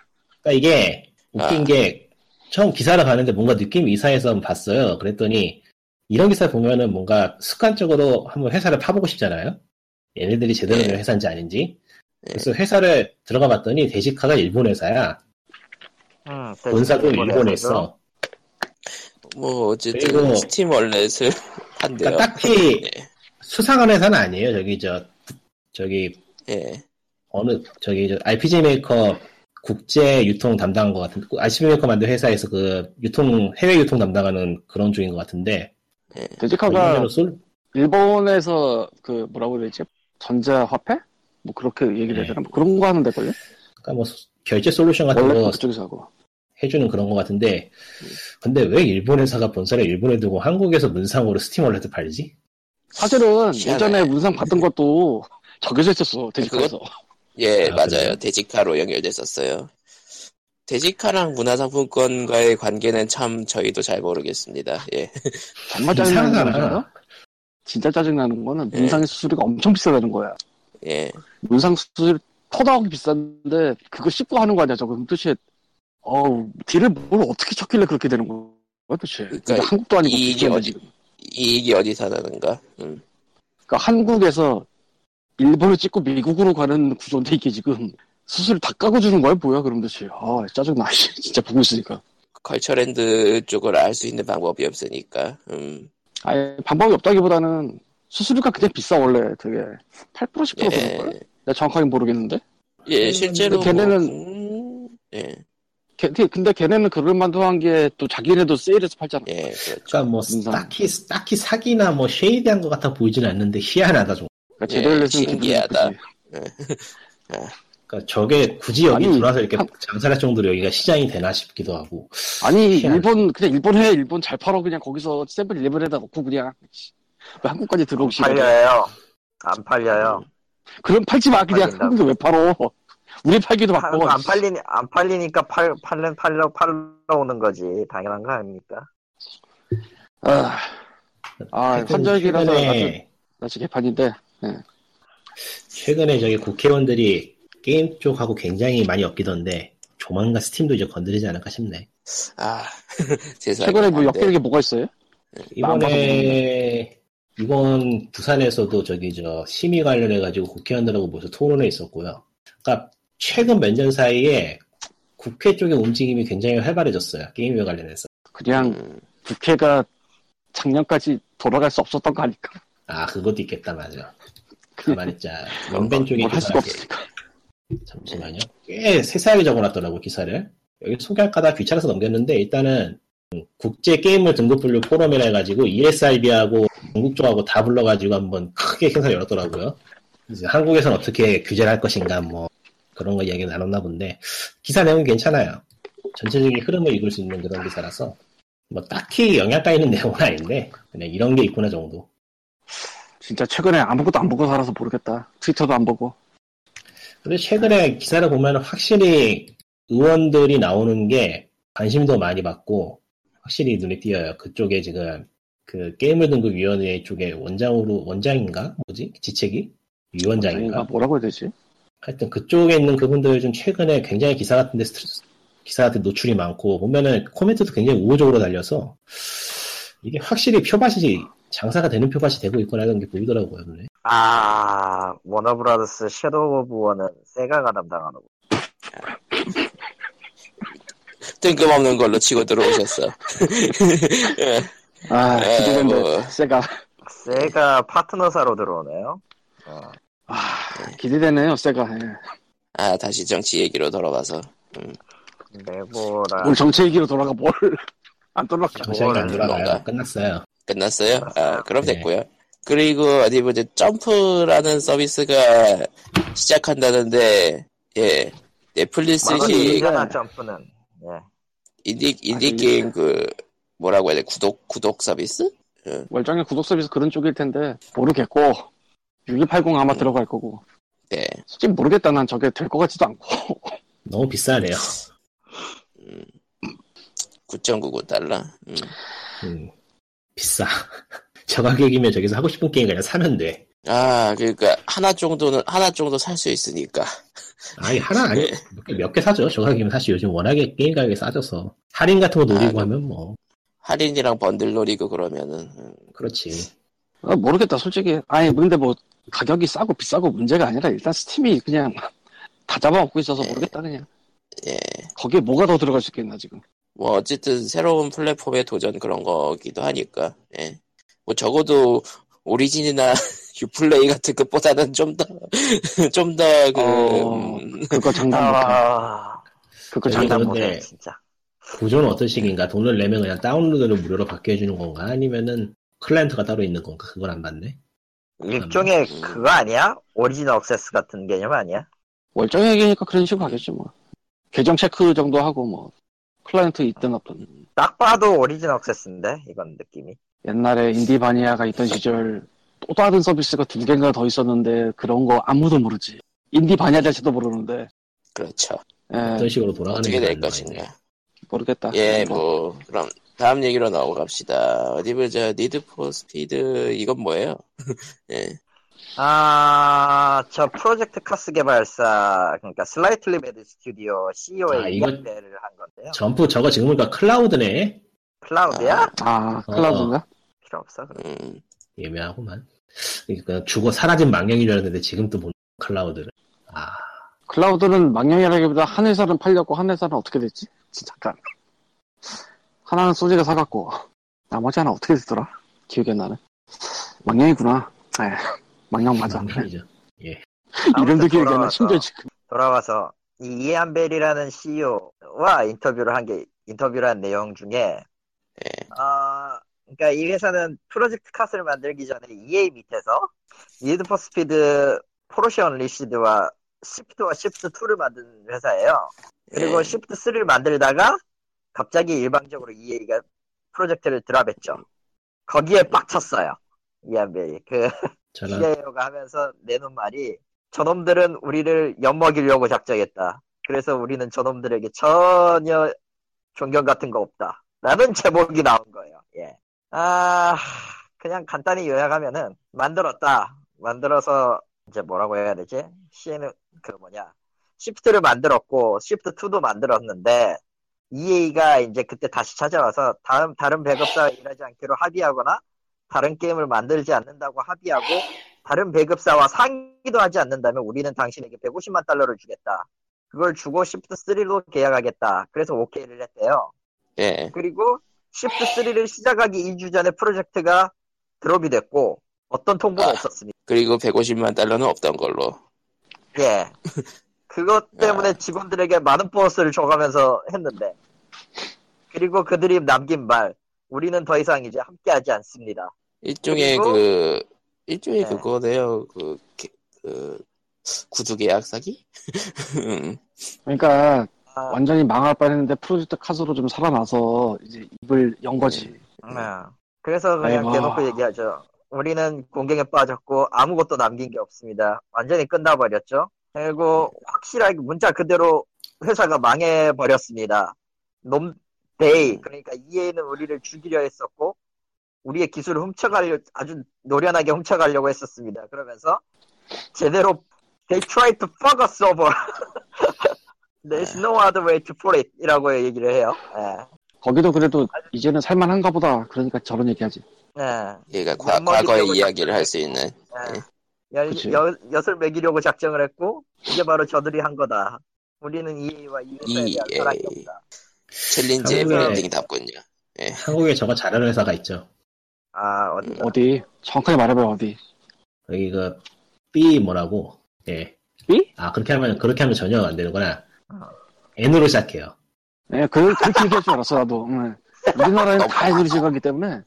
S4: 그러니까 이게 웃긴
S1: 아.
S4: 게 처음 기사를 가는데 뭔가 느낌 이사해서 봤어요. 그랬더니 이런 기사 보면은 뭔가 습관적으로 한번 회사를 파보고 싶잖아요. 얘네들이 제대로 된
S1: 예.
S4: 회사인지 아닌지. 그래서 회사를 들어가 봤더니 데시카가 일본 회사야.
S5: 음,
S4: 본사도 일본에 있어.
S1: 뭐 어쨌든
S4: 그리고-
S1: 스팀월렛을 한대요.
S4: 그러니까
S2: 네.
S4: 딱히
S1: 예.
S4: 수상한 회사는 아니에요. 저기 저 저기
S1: 예.
S4: 어느 저기 저 RPG 메이커 국제 유통 담당한 것 같은 RPG 메이커 만든 회사에서 그 유통 해외 유통 담당하는 그런 쪽인 것 같은데
S2: 데지카가
S4: 로 솔,
S2: 일본에서 그 뭐라고 그러지? 전자화폐? 뭐 그렇게 얘기를
S4: 네.
S2: 하더라. 뭐 그런 거 하는데걸요?
S4: 그러니까 뭐 소- 결제 솔루션
S1: 아,
S4: 같은
S2: 원래
S4: 거
S2: 그쪽에서 하고.
S4: 해주는 그런 것 같은데 근데 왜 일본 회사가 본사를 일본에 두고 한국에서 문상으로 스팀월렛 팔지?
S2: 사실은
S1: 희한해.
S2: 예전에 문상 받던 것도 적혀져 있었어. 데지카에서.
S1: 예,
S4: 아,
S1: 맞아요.
S4: 그래요?
S1: 데지카로 연결됐었어요. 데지카랑 문화상품권과의 관계는 참 저희도 잘 모르겠습니다. 예.
S2: 정말 짜증나는
S4: 이상하잖아.
S2: 거아 진짜 짜증나는 거는
S1: 네.
S2: 문상의 수수료가 엄청 비싸다는 거야.
S1: 예.
S2: 문상 수수료 터다하기 비싼데 그거 씹고 하는 거 아니야? 저거 도대체 어우 딜을 뭘 어떻게 쳤길래 그렇게 되는 거야? 도대체
S1: 그러니까
S2: 근데 한국도 아니고
S1: 이게
S2: 비싼데
S1: 어디-
S2: 지금.
S1: 이익이 어디서 나는가? 음.
S2: 그러니까 한국에서 일본을 찍고 미국으로 가는 구조인데 이게 지금 수수료 다 까고 주는 거야 뭐야 그럼 도대체 아 짜증나 씨. 진짜 보고 있으니까
S1: 컬처랜드 쪽을 알 수 있는 방법이 없으니까. 음.
S2: 아예 방법이 없다기보다는 수수료가 그냥 비싸 원래 되게 8% 10%
S1: 예.
S2: 그런 거야 내가 정확하게 모르겠는데
S1: 예, 실제로
S2: 음, 근데 걔네는-
S1: 뭐, 음, 예.
S2: 걔- 근데 걔네는 그럴 만도 한 게 또 자기네도 세일해서 팔잖아
S1: 예, 그렇죠.
S4: 그러니까 뭐
S2: 문상.
S4: 딱히 딱히 사기나 뭐 쉐이드한 것 같아 보이진 않는데 희한하다 좀.
S2: 그러니까 제대로
S1: 예,
S2: 했으면
S1: 신기하다.
S2: 그지.
S4: 그러니까 저게 굳이 여기
S2: 아니,
S4: 들어와서 이렇게
S2: 한- 장사를
S4: 장사할 정도로 여기가 시장이 되나 싶기도 하고
S2: 아니
S4: 희한해.
S2: 일본 그냥 일본 해 일본 잘 팔아 그냥 거기서 샘플 일본에다 넣고 그냥 왜 한국까지 들어오시고
S5: 팔려요. 안 팔려요.
S2: 그럼 팔지 마 그냥
S5: 팔린다고.
S2: 한국에 왜 팔어 우리
S4: 어,
S2: 팔기도 바빠
S5: 한국 안 팔리니 안 팔리니까 팔 팔는 팔려 팔러 오는 거지 당연한 거 아닙니까?
S2: 아, 아
S4: 하여튼
S2: 환절기라서 아주
S4: 최근에,
S2: 날씨 개판인데
S4: 최근에 저기 국회의원들이 게임 쪽하고 굉장히 많이 엮이던데 조만간 스팀도 이제 건드리지 않을까 싶네.
S1: 아, 세상에.
S2: 최근에 뭐
S1: 안
S2: 엮이는
S1: 돼.
S2: 게 뭐가 있어요? 나만
S4: 이번에 이번 부산에서도 저기 저 심의 관련해 가지고 국회의원들하고 모여서 토론회 있었고요. 그러니까 최근 몇 년 사이에 국회 쪽의 움직임이 굉장히 활발해졌어요. 게임에 관련해서.
S2: 그냥
S1: 음,
S2: 국회가 작년까지 돌아갈 수 없었던 거 아닐까?
S4: 아 그것도 있겠다 맞아.
S2: 그냥
S4: 가만 있자. 원벤
S2: 뭘
S4: 쪽에
S2: 어, 뭐 할 수가
S4: 기사가
S2: 없으니까.
S4: 잠시만요. 꽤 세세하게 적어놨더라고 기사를. 여기 소개할까다 귀찮아서 넘겼는데 일단은 음, 국제 게임을 등급 분류 포럼이라 해가지고 E ESRB하고 중국 쪽하고 다 불러가지고 한번 크게 행사를 열었더라고요. 그래서 한국에서는 어떻게 규제를 할 것인가 뭐 그런 거 이야기 나눴나 본데 기사 내용이 괜찮아요. 전체적인 흐름을 읽을 수 있는 그런 기사라서 뭐 딱히 영향가 있는 내용은 아닌데 그냥 이런 게 있구나 정도.
S2: 진짜 최근에 아무것도 안 보고 살아서 모르겠다. 트위터도 안 보고.
S4: 근데 최근에 기사를 보면 확실히 의원들이 나오는 게 관심도 많이 받고 확실히 눈에 띄어요. 그쪽에 지금 그 게임을 등급 위원회 쪽에 원장으로 원장인가 뭐지 지책이
S2: 아닌가?
S4: 위원장인가
S2: 뭐라고 해야 되지?
S4: 하여튼 그쪽에 있는 그분들 좀 최근에 굉장히 기사 같은데 스트레스- 기사 같은 노출이 많고 보면은 코멘트도 굉장히 우호적으로 달려서 이게 확실히 표밭이 장사가 되는 표밭이 되고 있구나 이런 게 보이더라고요 눈에.
S5: 아 워너브라더스 섀도우 오브 워는 세가가 담당하는 거.
S1: 뜬금없는 걸로 치고 들어오셨어.
S2: 아,
S4: 네,
S1: 에,
S2: 기대된다.
S1: 뭐.
S2: 세가.
S5: 세가 파트너사로 들어오네요. 어.
S2: 아, 기대되네요, 세가. 예.
S1: 아, 다시 정치 얘기로 돌아가서.
S5: 네모랑
S2: 뭘 정체 얘기로 돌아가, 뭘. 안 돌아가.
S4: 아. 정상이 안 돌아가요.
S1: 그런가?
S4: 끝났어요.
S1: 끝났어요? 아, 그럼
S4: 네.
S1: 됐고요. 그리고 어디 보자 점프라는 서비스가 시작한다는데 예 넷플릭스
S5: 만원
S2: 스위치.
S1: 시
S5: 이잖아 점프는. 예.
S1: 인디 인디
S2: 아니,
S1: 게임 그 뭐라고 해야 돼 구독 구독 서비스?
S2: 월정의 구독 서비스 그런 쪽일 텐데, 모르겠고, 6280 아마 들어갈 거고.
S1: 네.
S2: 솔직히 모르겠다, 난 저게 될 것 같지도 않고.
S4: 너무 비싸네요.
S1: 9.99달러. 음.
S4: 음, 비싸. 저 가격이면 저기서 하고 싶은 게임 그냥 사면 돼.
S1: 아, 그러니까 하나 정도는 하나 정도 살 수 있으니까.
S4: 아니, 하나
S1: 네.
S4: 아니, 몇 개, 몇 개 사죠. 저 가격이면 사실 요즘 워낙에 게임 가격이 싸져서. 할인 같은 거 노리고
S1: 아,
S4: 하면 뭐,
S1: 할인이랑 번들 노리고 그러면은 음.
S4: 그렇지.
S2: 아, 모르겠다, 솔직히. 아니, 근데 뭐, 가격이 싸고 비싸고 문제가 아니라, 일단 스팀이 그냥 다 잡아먹고 있어서 모르겠다, 그냥.
S1: 예.
S2: 거기에 뭐가 더 들어갈 수 있겠나, 지금.
S1: 뭐 어쨌든 새로운 플랫폼의 도전 그런 거기도 하니까. 예. 뭐 적어도 오리진이나 유플레이 같은 것보다는 좀 더 좀 더그 음,
S2: 어. 그거 장담 못해.
S5: 아,
S2: 그거 장담
S4: 저기
S5: 장담
S4: 근데-
S2: 못해.
S5: 못해 진짜.
S4: 구조는 어떤 식인가? 돈을 내면 그냥 다운로드를 무료로 받게 해주는 건가? 아니면은 클라이언트가 따로 있는 건가? 그건 안 봤네.
S5: 일종의
S1: 음.
S5: 그거 아니야? 오리진 억세스 같은 개념 아니야?
S2: 월정 얘기니까 그런 식으로 가겠지 뭐. 계정 체크 정도 하고 뭐 클라이언트 있든 없든
S5: 딱 봐도 오리진 억세스인데 이건 느낌이.
S2: 옛날에 인디바니아가 있던 시절 또 다른 서비스가 두 개가 더 있었는데 그런 거 아무도 모르지. 인디바니아 자체도 모르는데.
S1: 그렇죠.
S2: 예,
S4: 어떤 식으로 돌아가는
S1: 어떻게
S4: 게
S1: 될
S4: 맞는 거
S1: 것인가.
S4: 아니냐.
S2: 모르겠다. 그러니까.
S1: 예, 뭐 그럼 다음 얘기로 넘어갑시다. 어디 보자. 니드 포 스피드 이건 뭐예요? 예.
S5: 아, 저 프로젝트 카스 개발사 그러니까 슬라이틀리 배드 스튜디오 E CEO의
S4: 아,
S5: 이
S4: 이건-
S5: 건대를한 건데요.
S4: 점프 저거 지금 보니까 클라우드네.
S5: 클라우드야?
S2: 아 클라우드인가?
S5: 필요 없어. 그럼.
S1: 음.
S4: 예매하고만. 그러니까 죽어 사라진 망령이라는데 지금 또 보는 클라우드를. 아,
S2: 클라우드는 망령이라기보다 한 회사는 팔렸고 한 회사는 어떻게 됐지? 진짜 잠깐. 하나는 소재가 사갔고 나머지 하나 어떻게 됐더라? 기억이 안 나네. 망령이구나. 예,
S1: 어,
S2: 망령 맞아.
S4: 망령이죠.
S2: 이름도
S5: 아무튼
S2: 기억이 안 나.
S5: 돌아와서-
S2: 심지어 지금.
S5: 돌아와서 이 이안 벨이라는 CEO와 인터뷰를 한 게 인터뷰를 한 내용 중에
S2: 네.
S5: 아 그러니까 이 회사는 프로젝트 카스를 만들기 전에 EA 밑에서 니드 포 스피드 포르쉐 언리시드와 시프트와 시프트 2를 만든 회사예요. 그리고
S1: 예.
S5: 시프트 3를 만들다가 갑자기 일방적으로 EA가 프로젝트를 드랍했죠. 거기에 빡쳤어요. 이한별이 그
S4: 저는
S5: CIO가 하면서 내놓은 말이 저놈들은 우리를 엿먹이려고 작정했다. 그래서 우리는 저놈들에게 전혀 존경 같은 거 없다. 라는 제목이 나온 거예요. 예. 아, 그냥 간단히 요약하면은 만들었다. 만들어서 이제 뭐라고 해야 되지? CN 그 뭐냐? 시프트를 만들었고 시프트 2도 만들었는데 EA가 이제 그때 다시 찾아와서 다음 다른 배급사와 일하지 않기로 합의하거나 다른 게임을 만들지 않는다고 합의하고 다른 배급사와 상의도 하지 않는다면 우리는 당신에게 150만 달러를 주겠다. 그걸 주고 시프트 3로 계약하겠다. 그래서 오케이를 했대요.
S1: 예.
S5: 그리고 시프트 3를 시작하기 2주 전에 프로젝트가 드롭이 됐고 어떤 통보가
S1: 아.
S5: 없었습니다.
S1: 그리고 150만 달러는 없던 걸로.
S5: 예. 그것 때문에
S1: 아.
S5: 직원들에게 많은 보너스를 줘가면서 했는데 그리고 그들이 남긴 말 우리는 더 이상 이제 함께하지 않습니다.
S1: 일종의
S5: 그리고-
S1: 그 일종의
S5: 네.
S1: 그거네요. 그, 게- 그 구두 계약 사기? 음,
S2: 그러니까
S5: 아,
S2: 완전히 망할 뻔했는데 프로젝트 카스로 좀 살아나서 이제 입을 연 거지.
S5: 음. 그래서 그냥
S2: 네. 아이고.
S5: 대놓고 얘기하죠. 우리는 공격에 빠졌고 아무것도 남긴 게 없습니다. 완전히 끝나버렸죠.
S2: 네.
S5: 그리고 확실하게 문자 그대로 회사가 망해버렸습니다. 놈, 데이,
S2: 네.
S5: 그러니까 EA는 우리를 죽이려 했었고, 우리의 기술을 훔쳐가려, 아주 노련하게 훔쳐가려고 했었습니다. 그러면서, 제대로, they tried to fuck us over. There's
S2: 네.
S5: no other way to put it. 이라고 얘기를 해요. 예.
S2: 거기도 그래도 이제는 살만한가 보다. 그러니까 저런 얘기하지.
S5: 예.
S1: 얘가 과,
S5: 연막이
S1: 과거의
S5: 되고
S1: 이야기를 할 수 있는.
S5: 예. 열,
S2: 그치.
S5: 여, 엿을 먹이려고 작정을 했고 이게 바로 저들이 한 거다. 우리는 EA와 이 회사에 대한
S1: EA.
S5: 사랑이 없다.
S1: 챌린지의
S4: 한국에-
S1: 브랜딩답군요.
S4: 한국에 저거 잘하는 회사가 있죠.
S5: 아 어디다?
S2: 어디? 정확하게 말해봐요 어디?
S4: 여기가 B 뭐라고? 예.
S2: B?
S4: 아 그렇게 하면 그렇게 하면 전혀 안 되는구나. N으로 시작해요.
S2: 예, 그, 그렇게 얘기할 줄 알았어 나도. 응. 우리나라에는 다 애들이 지각하기 때문에.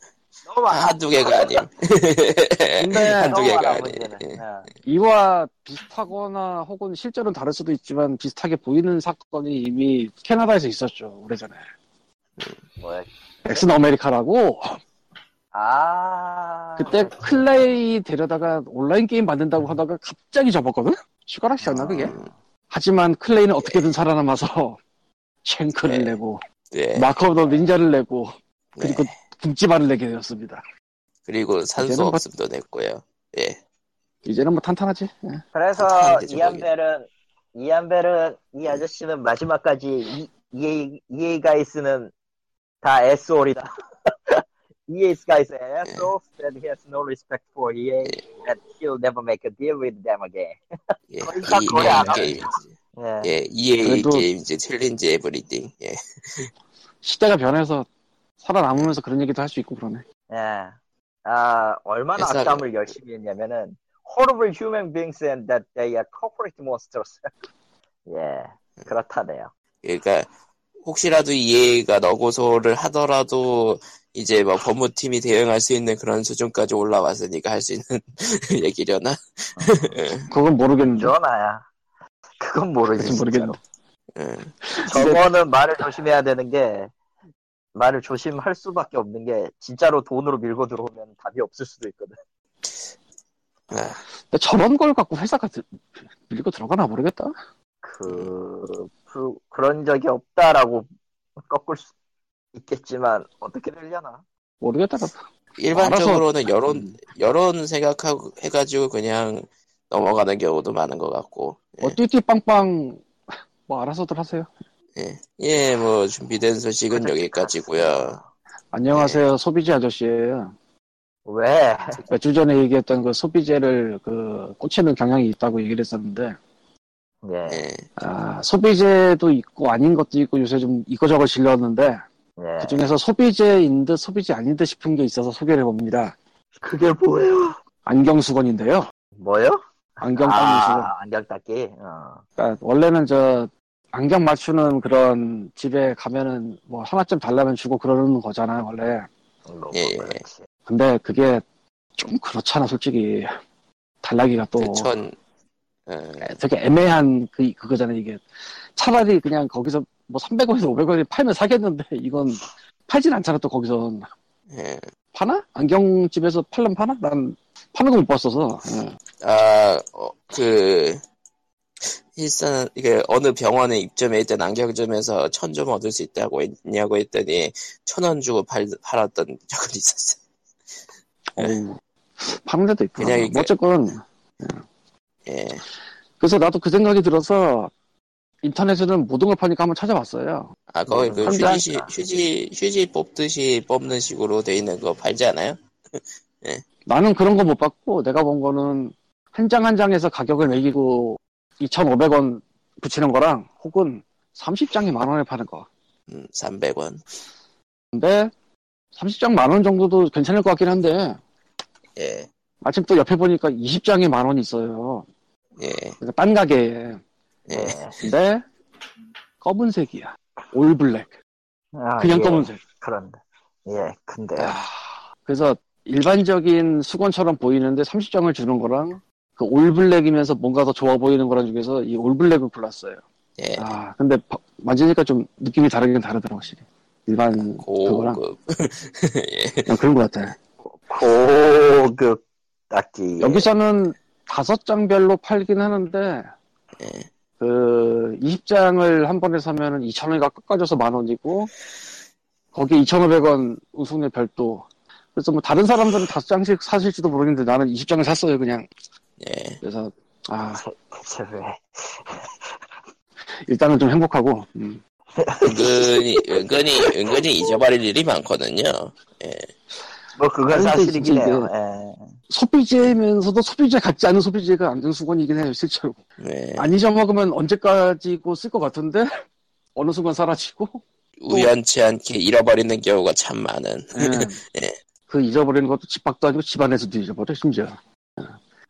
S5: 너무 많아.
S1: 한두 개가 아님.
S2: 근데
S1: 한두
S5: 너무
S1: 개가
S5: 많아
S1: 아니에요.
S5: 문제는. 예.
S2: 이와 비슷하거나 혹은 실제로는 다를 수도 있지만 비슷하게 보이는 사건이 이미 캐나다에서 있었죠 오래전에.
S5: 뭐야?
S2: 엑슨 아메리카라고
S5: 아
S2: 그때 클레이 데려다가 온라인 게임 만든다고 하다가 갑자기 접었거든? 슈가락시였나 그게?
S1: 아.
S2: 하지만 클레이는 어떻게든 살아남아서 쉔크를
S1: 예.
S2: 내고
S1: 네.
S2: 마크 오브 더 닌자를 내고
S1: 네.
S2: 그리고 굶지발을 내게 되었습니다
S1: 그리고 산소
S2: 이제는 뭐-
S1: 없음도 냈고요. 예.
S2: 이제는 뭐 탄탄하지? 예.
S1: 어떻게
S5: 그래서
S1: 하는지
S5: 이안벨은 이안벨은 이 아저씨는 마지막까지 EA EA 가이스는 다 SO이다. EA 가이스 SO that he has no respect for EA that he'll never make a deal with them again.
S1: 예.
S5: 일단 거래
S1: EA
S5: 안 하네.
S1: 게임즈.
S5: 예.
S1: 예. EA
S2: 그래도-
S1: 게임즈 챌린지 에브리띵. 예.
S2: 시대가 변해서 살아남으면서 그런 얘기도 할 수 있고 그러네
S5: 예. 아, 얼마나
S1: 회사가-
S5: 악담을 열심히 했냐면은 horrible human beings and that they are corporate monsters. 예. 그렇다네요.
S1: 그러니까 혹시라도 EA가 너고소를 하더라도 이제 뭐 법무팀이 대응할 수 있는 그런 수준까지 올라왔으니까 할 수 있는 얘기려나?
S2: 그건 모르겠는데
S5: 전화야. 그건 모르지.
S2: 그건 모르겠네.
S5: 진짜로.
S1: 예.
S5: 저거는 말을 조심해야 되는 게 말을 조심할 수밖에 없는 게 진짜로 돈으로 밀고 들어오면 답이 없을 수도 있거든.
S2: 근데 저런 걸 갖고 회사가 들- 밀고 들어가나 모르겠다
S5: 그, 그 그런 적이 없다라고 꺾을 수 있겠지만 어떻게 되려나?
S2: 모르겠다 나도.
S1: 일반적으로는 여론
S2: 음.
S1: 여론 생각하고 해가지고 그냥 넘어가는 경우도 많은 것 같고
S2: 뭐
S5: 예.
S2: 띠띠빵빵 뭐 알아서들 하세요
S1: 예 뭐 준비된 소식은 여기까지고요
S2: 안녕하세요
S5: 예.
S2: 소비재 아저씨예요
S5: 왜?
S2: 몇 주 전에 얘기했던 그 소비재를 그 꽂히는 경향이 있다고 얘기를 했었는데
S5: 예.
S1: 예
S2: 아, 소비재도 있고 아닌 것도 있고 요새 좀 이거저거 질렀는데
S5: 예.
S2: 그 중에서 소비재인 듯 소비재 아닌 듯 싶은 게 있어서 소개를 해봅니다.
S5: 그게 뭐예요?
S2: 안경 수건인데요.
S5: 뭐요?
S2: 안경 닦는 수건.
S5: 아, 안경 닦기. 어.
S2: 그러니까 원래는 저 안경 맞추는 그런 집에 가면은 뭐 하나쯤 달라면 주고 그러는 거잖아요 원래.
S5: 뭐,
S1: 예, 예.
S5: 그렇지.
S2: 근데 그게 좀 그렇잖아 솔직히 달라기가 또
S1: 그천 예,
S2: 되게 애매한 그, 그거잖아요, 이게. 차라리 그냥 거기서 뭐 300원에서 500원에 팔면 사겠는데, 이건 팔진 않잖아, 또 거기선.
S1: 예.
S2: 파나? 안경집에서 팔면 파나? 난 파는 거 못 봤어서. 예.
S1: 아, 어, 그, 일산, 이게 어느 병원에 입점해 있던 안경점에서 천 좀 얻을 수 있다고 했냐고 했더니 천 원 주고 팔, 팔았던 적은 있었어요.
S2: 어우, 파는 데도 있구나.
S1: 그냥 이게-
S2: 뭐 어쨌건
S1: 예.
S2: 그래서 나도 그 생각이 들어서 인터넷에는 모든 걸 파니까 한번 찾아봤어요.
S1: 아, 거기 그
S2: 한다.
S1: 휴지, 시- 휴지, 휴지 뽑듯이 뽑는 식으로 돼 있는 거 팔지 않아요?
S2: 나는 그런 거 못 봤고 내가 본 거는 한 장 한 장에서 가격을 매기고 2,500원 붙이는 거랑 혹은 30장이 만 원에 파는 거.
S1: 음, 300원.
S2: 근데 30장 만 원 정도도 괜찮을 것 같긴 한데
S1: 예,
S2: 마침 또 옆에 보니까 20장에 만 원이 있어요.
S1: 예,
S2: 그러니까 딴 가게에.
S1: 예.
S2: 근데 검은색이야. 올 블랙.
S5: 아,
S2: 그냥 아.
S5: 예,
S2: 검은색.
S5: 그런데 예 근데
S2: 그래서 일반적인 수건처럼 보이는데 30장을 주는 거랑 그 올블랙이면서 뭔가 더 좋아 보이는 거랑 중에서 이 올블랙을 골랐어요.
S1: 예.
S2: 아, 근데 바- 만지니까 좀 느낌이 다르긴 다르더라, 확실히. 일반 그거랑
S1: 고급.
S2: 그냥 그런 것 같아.
S5: 고급
S1: 네.
S5: 딱지
S2: 여기서는 다섯 장별로 팔긴 하는데
S1: 예.
S2: 그 20장을 한 번에 사면은 2,000원이가 깎아져서 만 원이고 거기에 2,500원 우승료 별도. 그래서 뭐 다른 사람들은 다섯 장씩 사실지도 모르겠는데 나는 20장을 샀어요, 그냥.
S1: 예.
S2: 그래서 아,
S5: 대체 왜
S2: 일단은 좀 행복하고 음.
S1: 은근히, 은근히, 은근히 잊어버릴 일이 많거든요.
S5: 뭐 그건
S2: 아니, 근데
S5: 사실이긴
S2: 진짜
S5: 해요
S2: 이게-
S5: 예.
S2: 소비재면서도 소비재 같지 않은 소비재가 안전 수건이긴 해요 실제로
S1: 예.
S2: 안 잊어먹으면 언제까지고 쓸 것 같은데 어느 순간 사라지고
S1: 우연치 않게 잃어버리는 경우가 참 많은. 예.
S2: 그 잊어버리는 것도 집 밖도 아니고 집 안에서도 잊어버려 심지어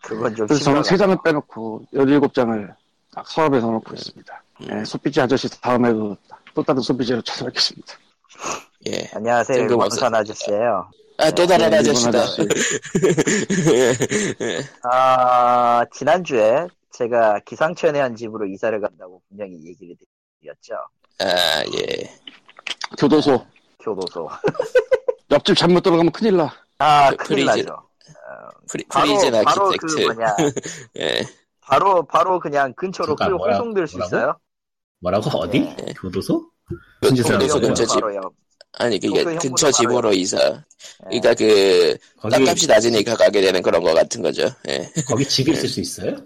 S5: 그건 좀
S2: 그래서 저는
S5: 심각하다
S2: 세 장을 빼놓고 17장을 딱 서랍에 넣어놓고
S1: 네.
S2: 있습니다
S1: 음.
S2: 예, 소비재 아저씨 다음에도 그 또 다른 소비재로 찾아뵙겠습니다
S1: 예.
S5: 안녕하세요
S1: 뜬금없어.
S5: 일본 선 아저씨예요
S1: 아, 또 다른
S2: 예, 일본
S1: 아저씨다.
S2: 아저씨.
S1: 예.
S5: 아 지난주에 제가 기상천외한 집으로 이사를 간다고 분명히 얘기를 드렸죠
S1: 아, 예.
S2: 교도소
S5: 교도소
S2: 옆집 잘못 들어가면 큰일 나
S5: 아
S1: 그
S5: 큰일
S1: 프리즌.
S5: 나죠
S1: 프리,
S5: 바로
S1: 프리즌
S5: 바로 그
S1: 아키텍트.
S5: 뭐냐
S1: 예.
S5: 바로 바로 그냥 근처로
S4: 잠깐,
S5: 끌고
S4: 그러니까 뭐라-
S5: 호송될 수
S4: 뭐라고?
S5: 있어요
S4: 뭐라고 어디?
S5: 네.
S4: 교도소?
S1: 그
S4: 무슨 짓을
S1: 교도소 그래서
S4: 하는
S5: 동대문
S4: 거야?
S1: 근처 집.
S5: 바로 옆.
S1: 아니, 그게
S5: 도쿄 형부
S1: 근처 집으로
S5: 바로요.
S1: 이사.
S5: 예.
S1: 그러니까 그,
S4: 거기
S1: 땅값이 낮으니까 가게 되는 그런 거 같은 거죠. 예.
S4: 거기 집이 있을 수 있어요?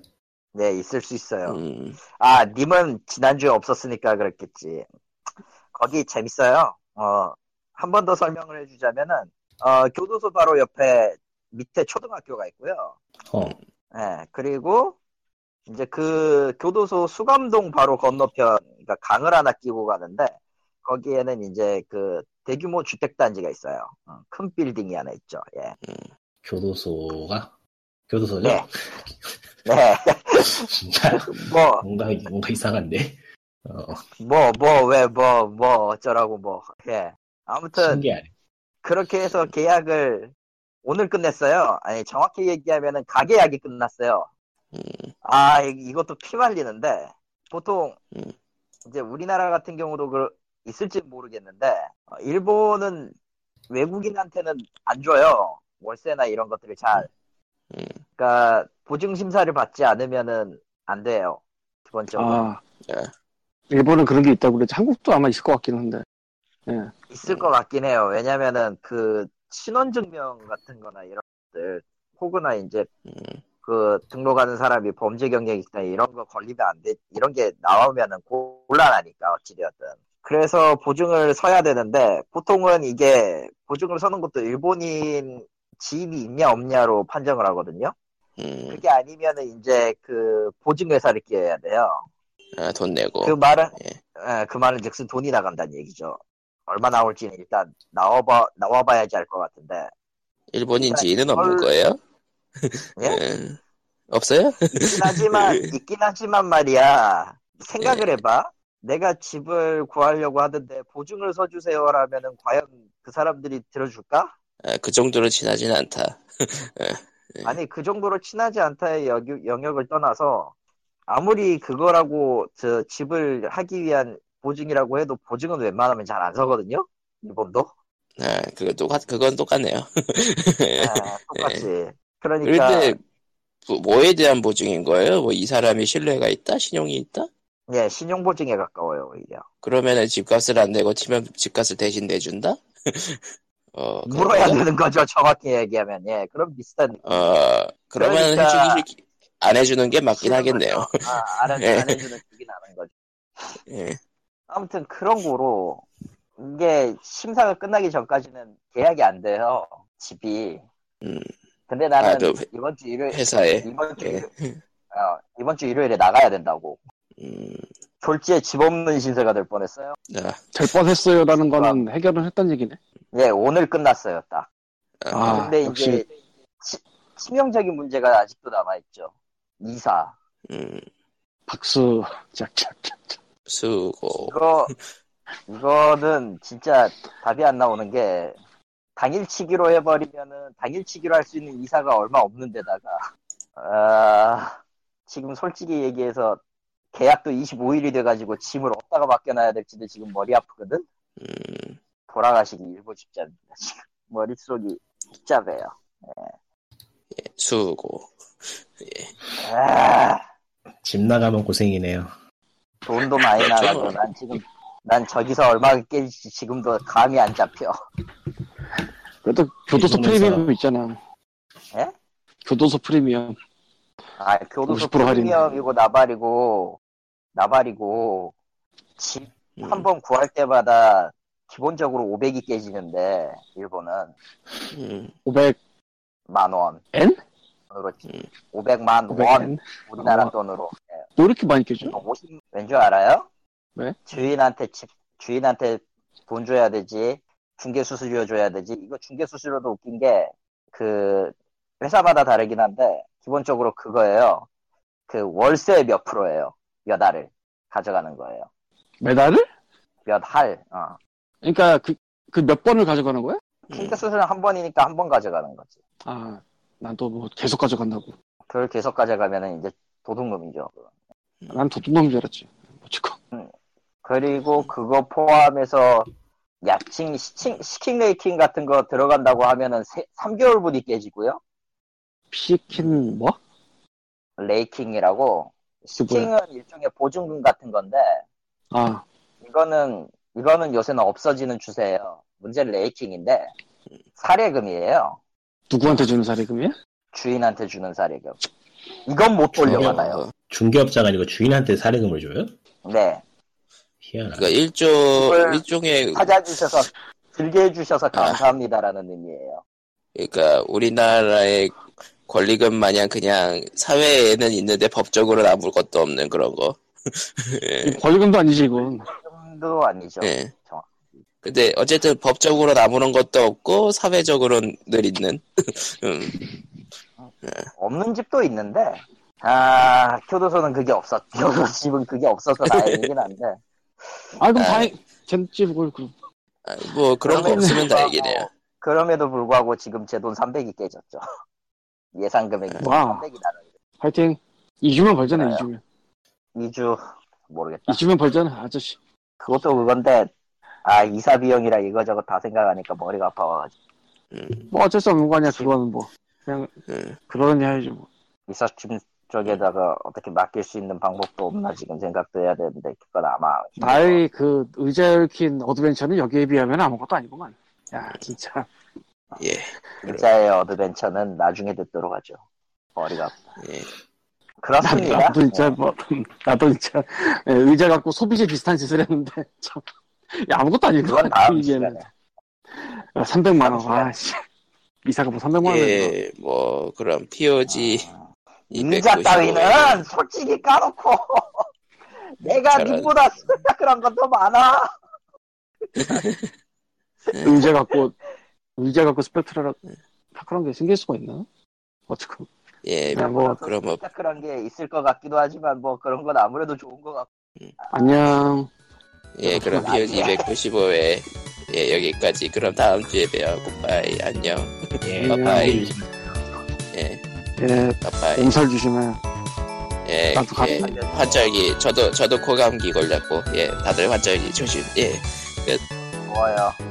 S5: 네, 있을 수 있어요.
S1: 음,
S5: 아, 님은 지난주에 없었으니까 그랬겠지. 거기 재밌어요. 어, 한 번 더 설명을 해주자면은, 어, 교도소 바로 옆에 밑에 초등학교가 있고요.
S4: 어.
S5: 예, 그리고 이제 그 교도소 수감동 바로 건너편, 그러니까 강을 하나 끼고 가는데, 거기에는 이제 그 대규모 주택단지가 있어요. 어, 큰 빌딩이 하나 있죠. 예.
S4: 교도소가 교도소죠?
S5: 네. 네.
S4: 진짜
S5: 뭐,
S4: 뭔가 뭔가 이상한데. 어,
S5: 뭐, 뭐, 왜, 뭐, 뭐, 어쩌라고, 뭐. 예. 아무튼,
S4: 신기하네.
S5: 그렇게 해서 계약을 오늘 끝냈어요. 아니, 정확히 얘기하면은 가계약이 끝났어요.
S1: 음.
S5: 아, 이- 이것도 피말리는데, 보통,
S1: 음.
S5: 이제 우리나라 같은 경우도 그, 있을지 모르겠는데, 어, 일본은 외국인한테는 안 줘요. 월세나 이런 것들을 잘.
S1: 음.
S5: 그러니까, 보증심사를 받지 않으면은 안 돼요. 기본적으로.
S2: 아
S1: 예.
S2: 일본은 그런 게 있다고 그랬지 한국도 아마 있을 것 같긴 한데
S5: 있을
S1: 음.
S5: 것 같긴 해요. 왜냐면은 그 신원증명 같은 거나 이런 것들, 혹은 이제
S1: 음.
S5: 그 등록하는 사람이 범죄 경력이 있다 이런 거 걸리면 안 돼. 이런 게 나오면은 곤란하니까 어찌되었든. 그래서 보증을 서야 되는데 보통은 이게 보증을 서는 것도 일본인 지인이 있냐 없냐로 판정을 하거든요.
S1: 음,
S5: 그게 아니면은 이제 그 보증회사를 끼워야 돼요.
S1: 아, 돈 내고.
S5: 그 말은
S1: 예.
S5: 예, 그 말은 즉슨 돈이 나간다는 얘기죠. 얼마 나올지는 일단 나와봐 나와봐야지 알 것 같은데
S1: 일본인
S5: 그러니까
S1: 지인은 없는
S5: 이걸-
S1: 거예요?
S5: 예?
S1: 예. 없어요?
S5: 있긴 하지만
S1: 예.
S5: 있긴 하지만 말이야 생각을 해봐 내가 집을 구하려고 하던데 보증을 서주세요라면은 과연 그 사람들이 들어줄까?
S1: 아, 그 정도로 친하진 않다. 네.
S5: 아니 그 정도로 친하지 않다의 여- 영역을 떠나서 아무리 그거라고 저 집을 하기 위한 보증이라고 해도 보증은 웬만하면 잘 안 서거든요 일본도
S1: 네, 그거 똑같, 그건 똑같네요. 예.
S5: 아, 똑같이. 그러니까
S1: 그런데 뭐- 뭐에 대한 보증인 거예요? 뭐 이 사람이 신뢰가 있다, 신용이 있다?
S5: 예, 신용보증에 가까워요 오히려.
S1: 어, 그러면은 집값을 안 내고 치면 집값을 대신 내준다? 어, 그런
S5: 물어야
S1: 거죠?
S5: 되는 거죠 정확히 얘기하면 예, 그런 비슷한.
S1: 어, 그러면
S5: 그러니까-
S1: 해주기 싫- 안 해주는 게 맞긴 하겠네요.
S5: 아, 알아,
S1: 예.
S5: 안 해주는 그게 나는 거죠.
S1: 예.
S5: 아무튼 그런 거로 이게 심사가 끝나기 전까지는 계약이 안 돼요 집이.
S1: 음.
S5: 근데 나는
S1: 아, 그 회-
S5: 이번 주 일요일
S1: 회사에.
S5: 이번 주
S1: 예.
S5: 일요- 어, 이번 주 일요일에 나가야 된다고.
S1: 음,
S5: 졸지에 집 없는 신세가 될 뻔했어요.
S1: 아,
S2: 될 뻔했어요라는 거는 해결은 했단 얘기네.
S5: 예, 오늘 끝났어요 딱.
S1: 아,
S2: 아.
S5: 근데 이제
S2: 역시.
S5: 치- 치명적인 문제가 아직도 남아 있죠. 이사.
S1: 음,
S2: 박수. 짝짝짝.
S1: 수고.
S5: 이거 이거는 진짜 답이 안 나오는 게 당일치기로 해버리면은 당일치기로 할 수 있는 이사가 얼마 없는데다가 아, 지금 솔직히 얘기해서 계약도 25일이 돼가지고 짐을 어디다가 맡겨놔야 될지도 지금 머리 아프거든.
S1: 음,
S5: 돌아가시기 일보 쉽지 않습니다. 지금 머릿속이 복잡해요.
S1: 예, 수고.
S5: 아,
S4: 집 나가면 고생이네요.
S5: 돈도 많이 나가고 난 지금 난 저기서 얼마가 깨질지 지금도 감이 안 잡혀.
S2: 그래도 교도소
S4: 일본에서-
S2: 프리미엄 있잖아.
S5: 예?
S2: 교도소 프리미엄.
S5: 아, 교도소
S2: 50% 할인.
S5: 프리미엄이고 나발이고 나발이고 집 한
S1: 음,
S5: 번 구할 때마다 기본적으로 500이 깨지는데 일본은
S1: 음,
S2: 500
S5: 만 원.
S2: 엔?
S5: 돈으로 지-
S1: 음.
S5: 500만
S2: 500
S5: 원
S2: 엔.
S5: 우리나라
S2: 어.
S5: 돈으로
S2: 왜 이렇게 많이 깨져?
S5: 50 왠 줄 알아요?
S2: 왜?
S5: 주인한테 집 주인한테 돈 줘야 되지 중개 수수료 줘야 되지 이거 중개 수수료도 웃긴 게 그 회사마다 다르긴 한데 기본적으로 그거예요. 그 월세 몇 프로예요. 몇 알을 가져가는 거예요.
S2: 메달을?
S5: 몇 할. 어.
S2: 그러니까 그 그 몇 번을 가져가는 거야?
S1: 음,
S5: 중개 수수료 한 번이니까 한 번 가져가는 거지.
S2: 아, 난 또 뭐 계속 가져간다고.
S5: 그걸 계속 가져가면은 이제 도둑놈이죠.
S2: 난 도둑놈인 줄 알았지. 뭐 치고.
S5: 그리고 그거 포함해서 약칭 시칭, 시킹 레이팅 같은 거 들어간다고 하면은 세, 3개월 분이 깨지고요.
S2: 피킨 뭐?
S5: 레이킹이라고 시킹은 일종의 보증금 같은 건데
S2: 아,
S5: 이거는 이거는 요새는 없어지는 추세예요. 문제는 레이킹인데 사례금이에요.
S2: 누구한테 주는 사례금이야?
S5: 주인한테 주는 사례금. 이건 못 돌려받아요.
S1: 어,
S4: 중개업자가 아니고 주인한테 사례금을 줘요?
S5: 네.
S4: 희한하다.
S1: 그러니까 일조,
S5: 그걸
S1: 일종의,
S5: 찾아주셔서 들게 해주셔서 감사합니다라는 의미예요.
S1: 그러니까 우리나라의 권리금 마냥 그냥 사회에는 있는데 법적으로는 아무것도 없는 그런 거. 예.
S2: 이거 권리금도 아니지 이건.
S5: 금도 아니죠.
S1: 예.
S5: 그렇죠. 정확히.
S1: 근데 어쨌든 법적으로 아무런 것도 없고 사회적으로는 늘 있는. 음.
S5: 없는 집도 있는데 아 교도소는 그게 없었 교도 집은 그게 없어서 다행이긴 한데
S2: 아 그럼
S1: 아.
S2: 다행. 젠지 뭘 그.
S1: 아, 뭐 그런 거
S5: 그럼에도
S1: 없으면
S5: 불구하고-
S1: 다행이네요.
S5: 그럼에도 불구하고 지금 제 돈 300이 깨졌죠 예상 금액이
S2: 와.
S5: 300이 나는
S2: 파이팅. 2주면 벌잖아
S5: 알아요.
S2: 2주면.
S5: 2주 모르겠다
S2: 2주면 벌잖아 아저씨.
S5: 그것도 그건데 아 이사 비용이라 이거저거 다 생각하니까 머리가 아파가지고
S2: 뭐 어쩔 수 없는 거 아니야 그거는 뭐.
S5: 예.
S1: 음.
S2: 그러니 해야지 뭐.
S5: 이사 집 쪽에다가 어떻게 맡길 수 있는 방법도 없나 지금 생각도 해야 되는데 그건 아마
S2: 나의 그 의자에 얽힌 어드벤처는 여기에 비하면 아무것도 아니구만. 야 진짜.
S1: 예.
S5: 진짜의 어드벤처는 나중에 듣도록 하죠 머리가 아파
S1: 예.
S5: 그렇습니다
S2: 나, 도 진짜 뭐 나도 진짜 예, 의자 갖고 소비재 비슷한 짓을 했는데 참. 야 아무것도 아니고
S5: 네. 그건 다음 시간에
S2: 300만 원.
S5: 시간에.
S2: 아 씨. 이사가 뭐 300만 원이야.
S1: 예. 뭐 그럼 POG
S5: 아, 인자
S1: 295.
S5: 따위는 솔직히 까놓고 내가
S1: 잘하네.
S5: 누구보다 스펙타클 한건 더 많아
S2: 뭐 의자 갖고 의자 갖고 스펙트라라
S5: 예.
S2: 그런 게 생길 수가 있나? 어쨌건
S1: 예.
S2: 그냥 뭐
S1: 그럼 뭐
S5: 스펙타클한 게 있을 것 같기도 하지만 뭐 그런 건 아무래도 좋은 것 같고
S2: 안녕.
S1: 예. 그럼 POG 295회 예 여기까지. 그럼 다음 주에 봬요. 굿바이. 안녕.
S4: 예,
S2: 안녕.
S4: 바이.
S1: 예.
S2: 예,
S1: 바이.
S2: 몸살 조심해.
S1: 예.
S2: 나도 가-
S1: 예. 환절기. 저도 저도 코감기 걸렸고. 예. 다들 환절기 조심. 예.
S5: 좋아요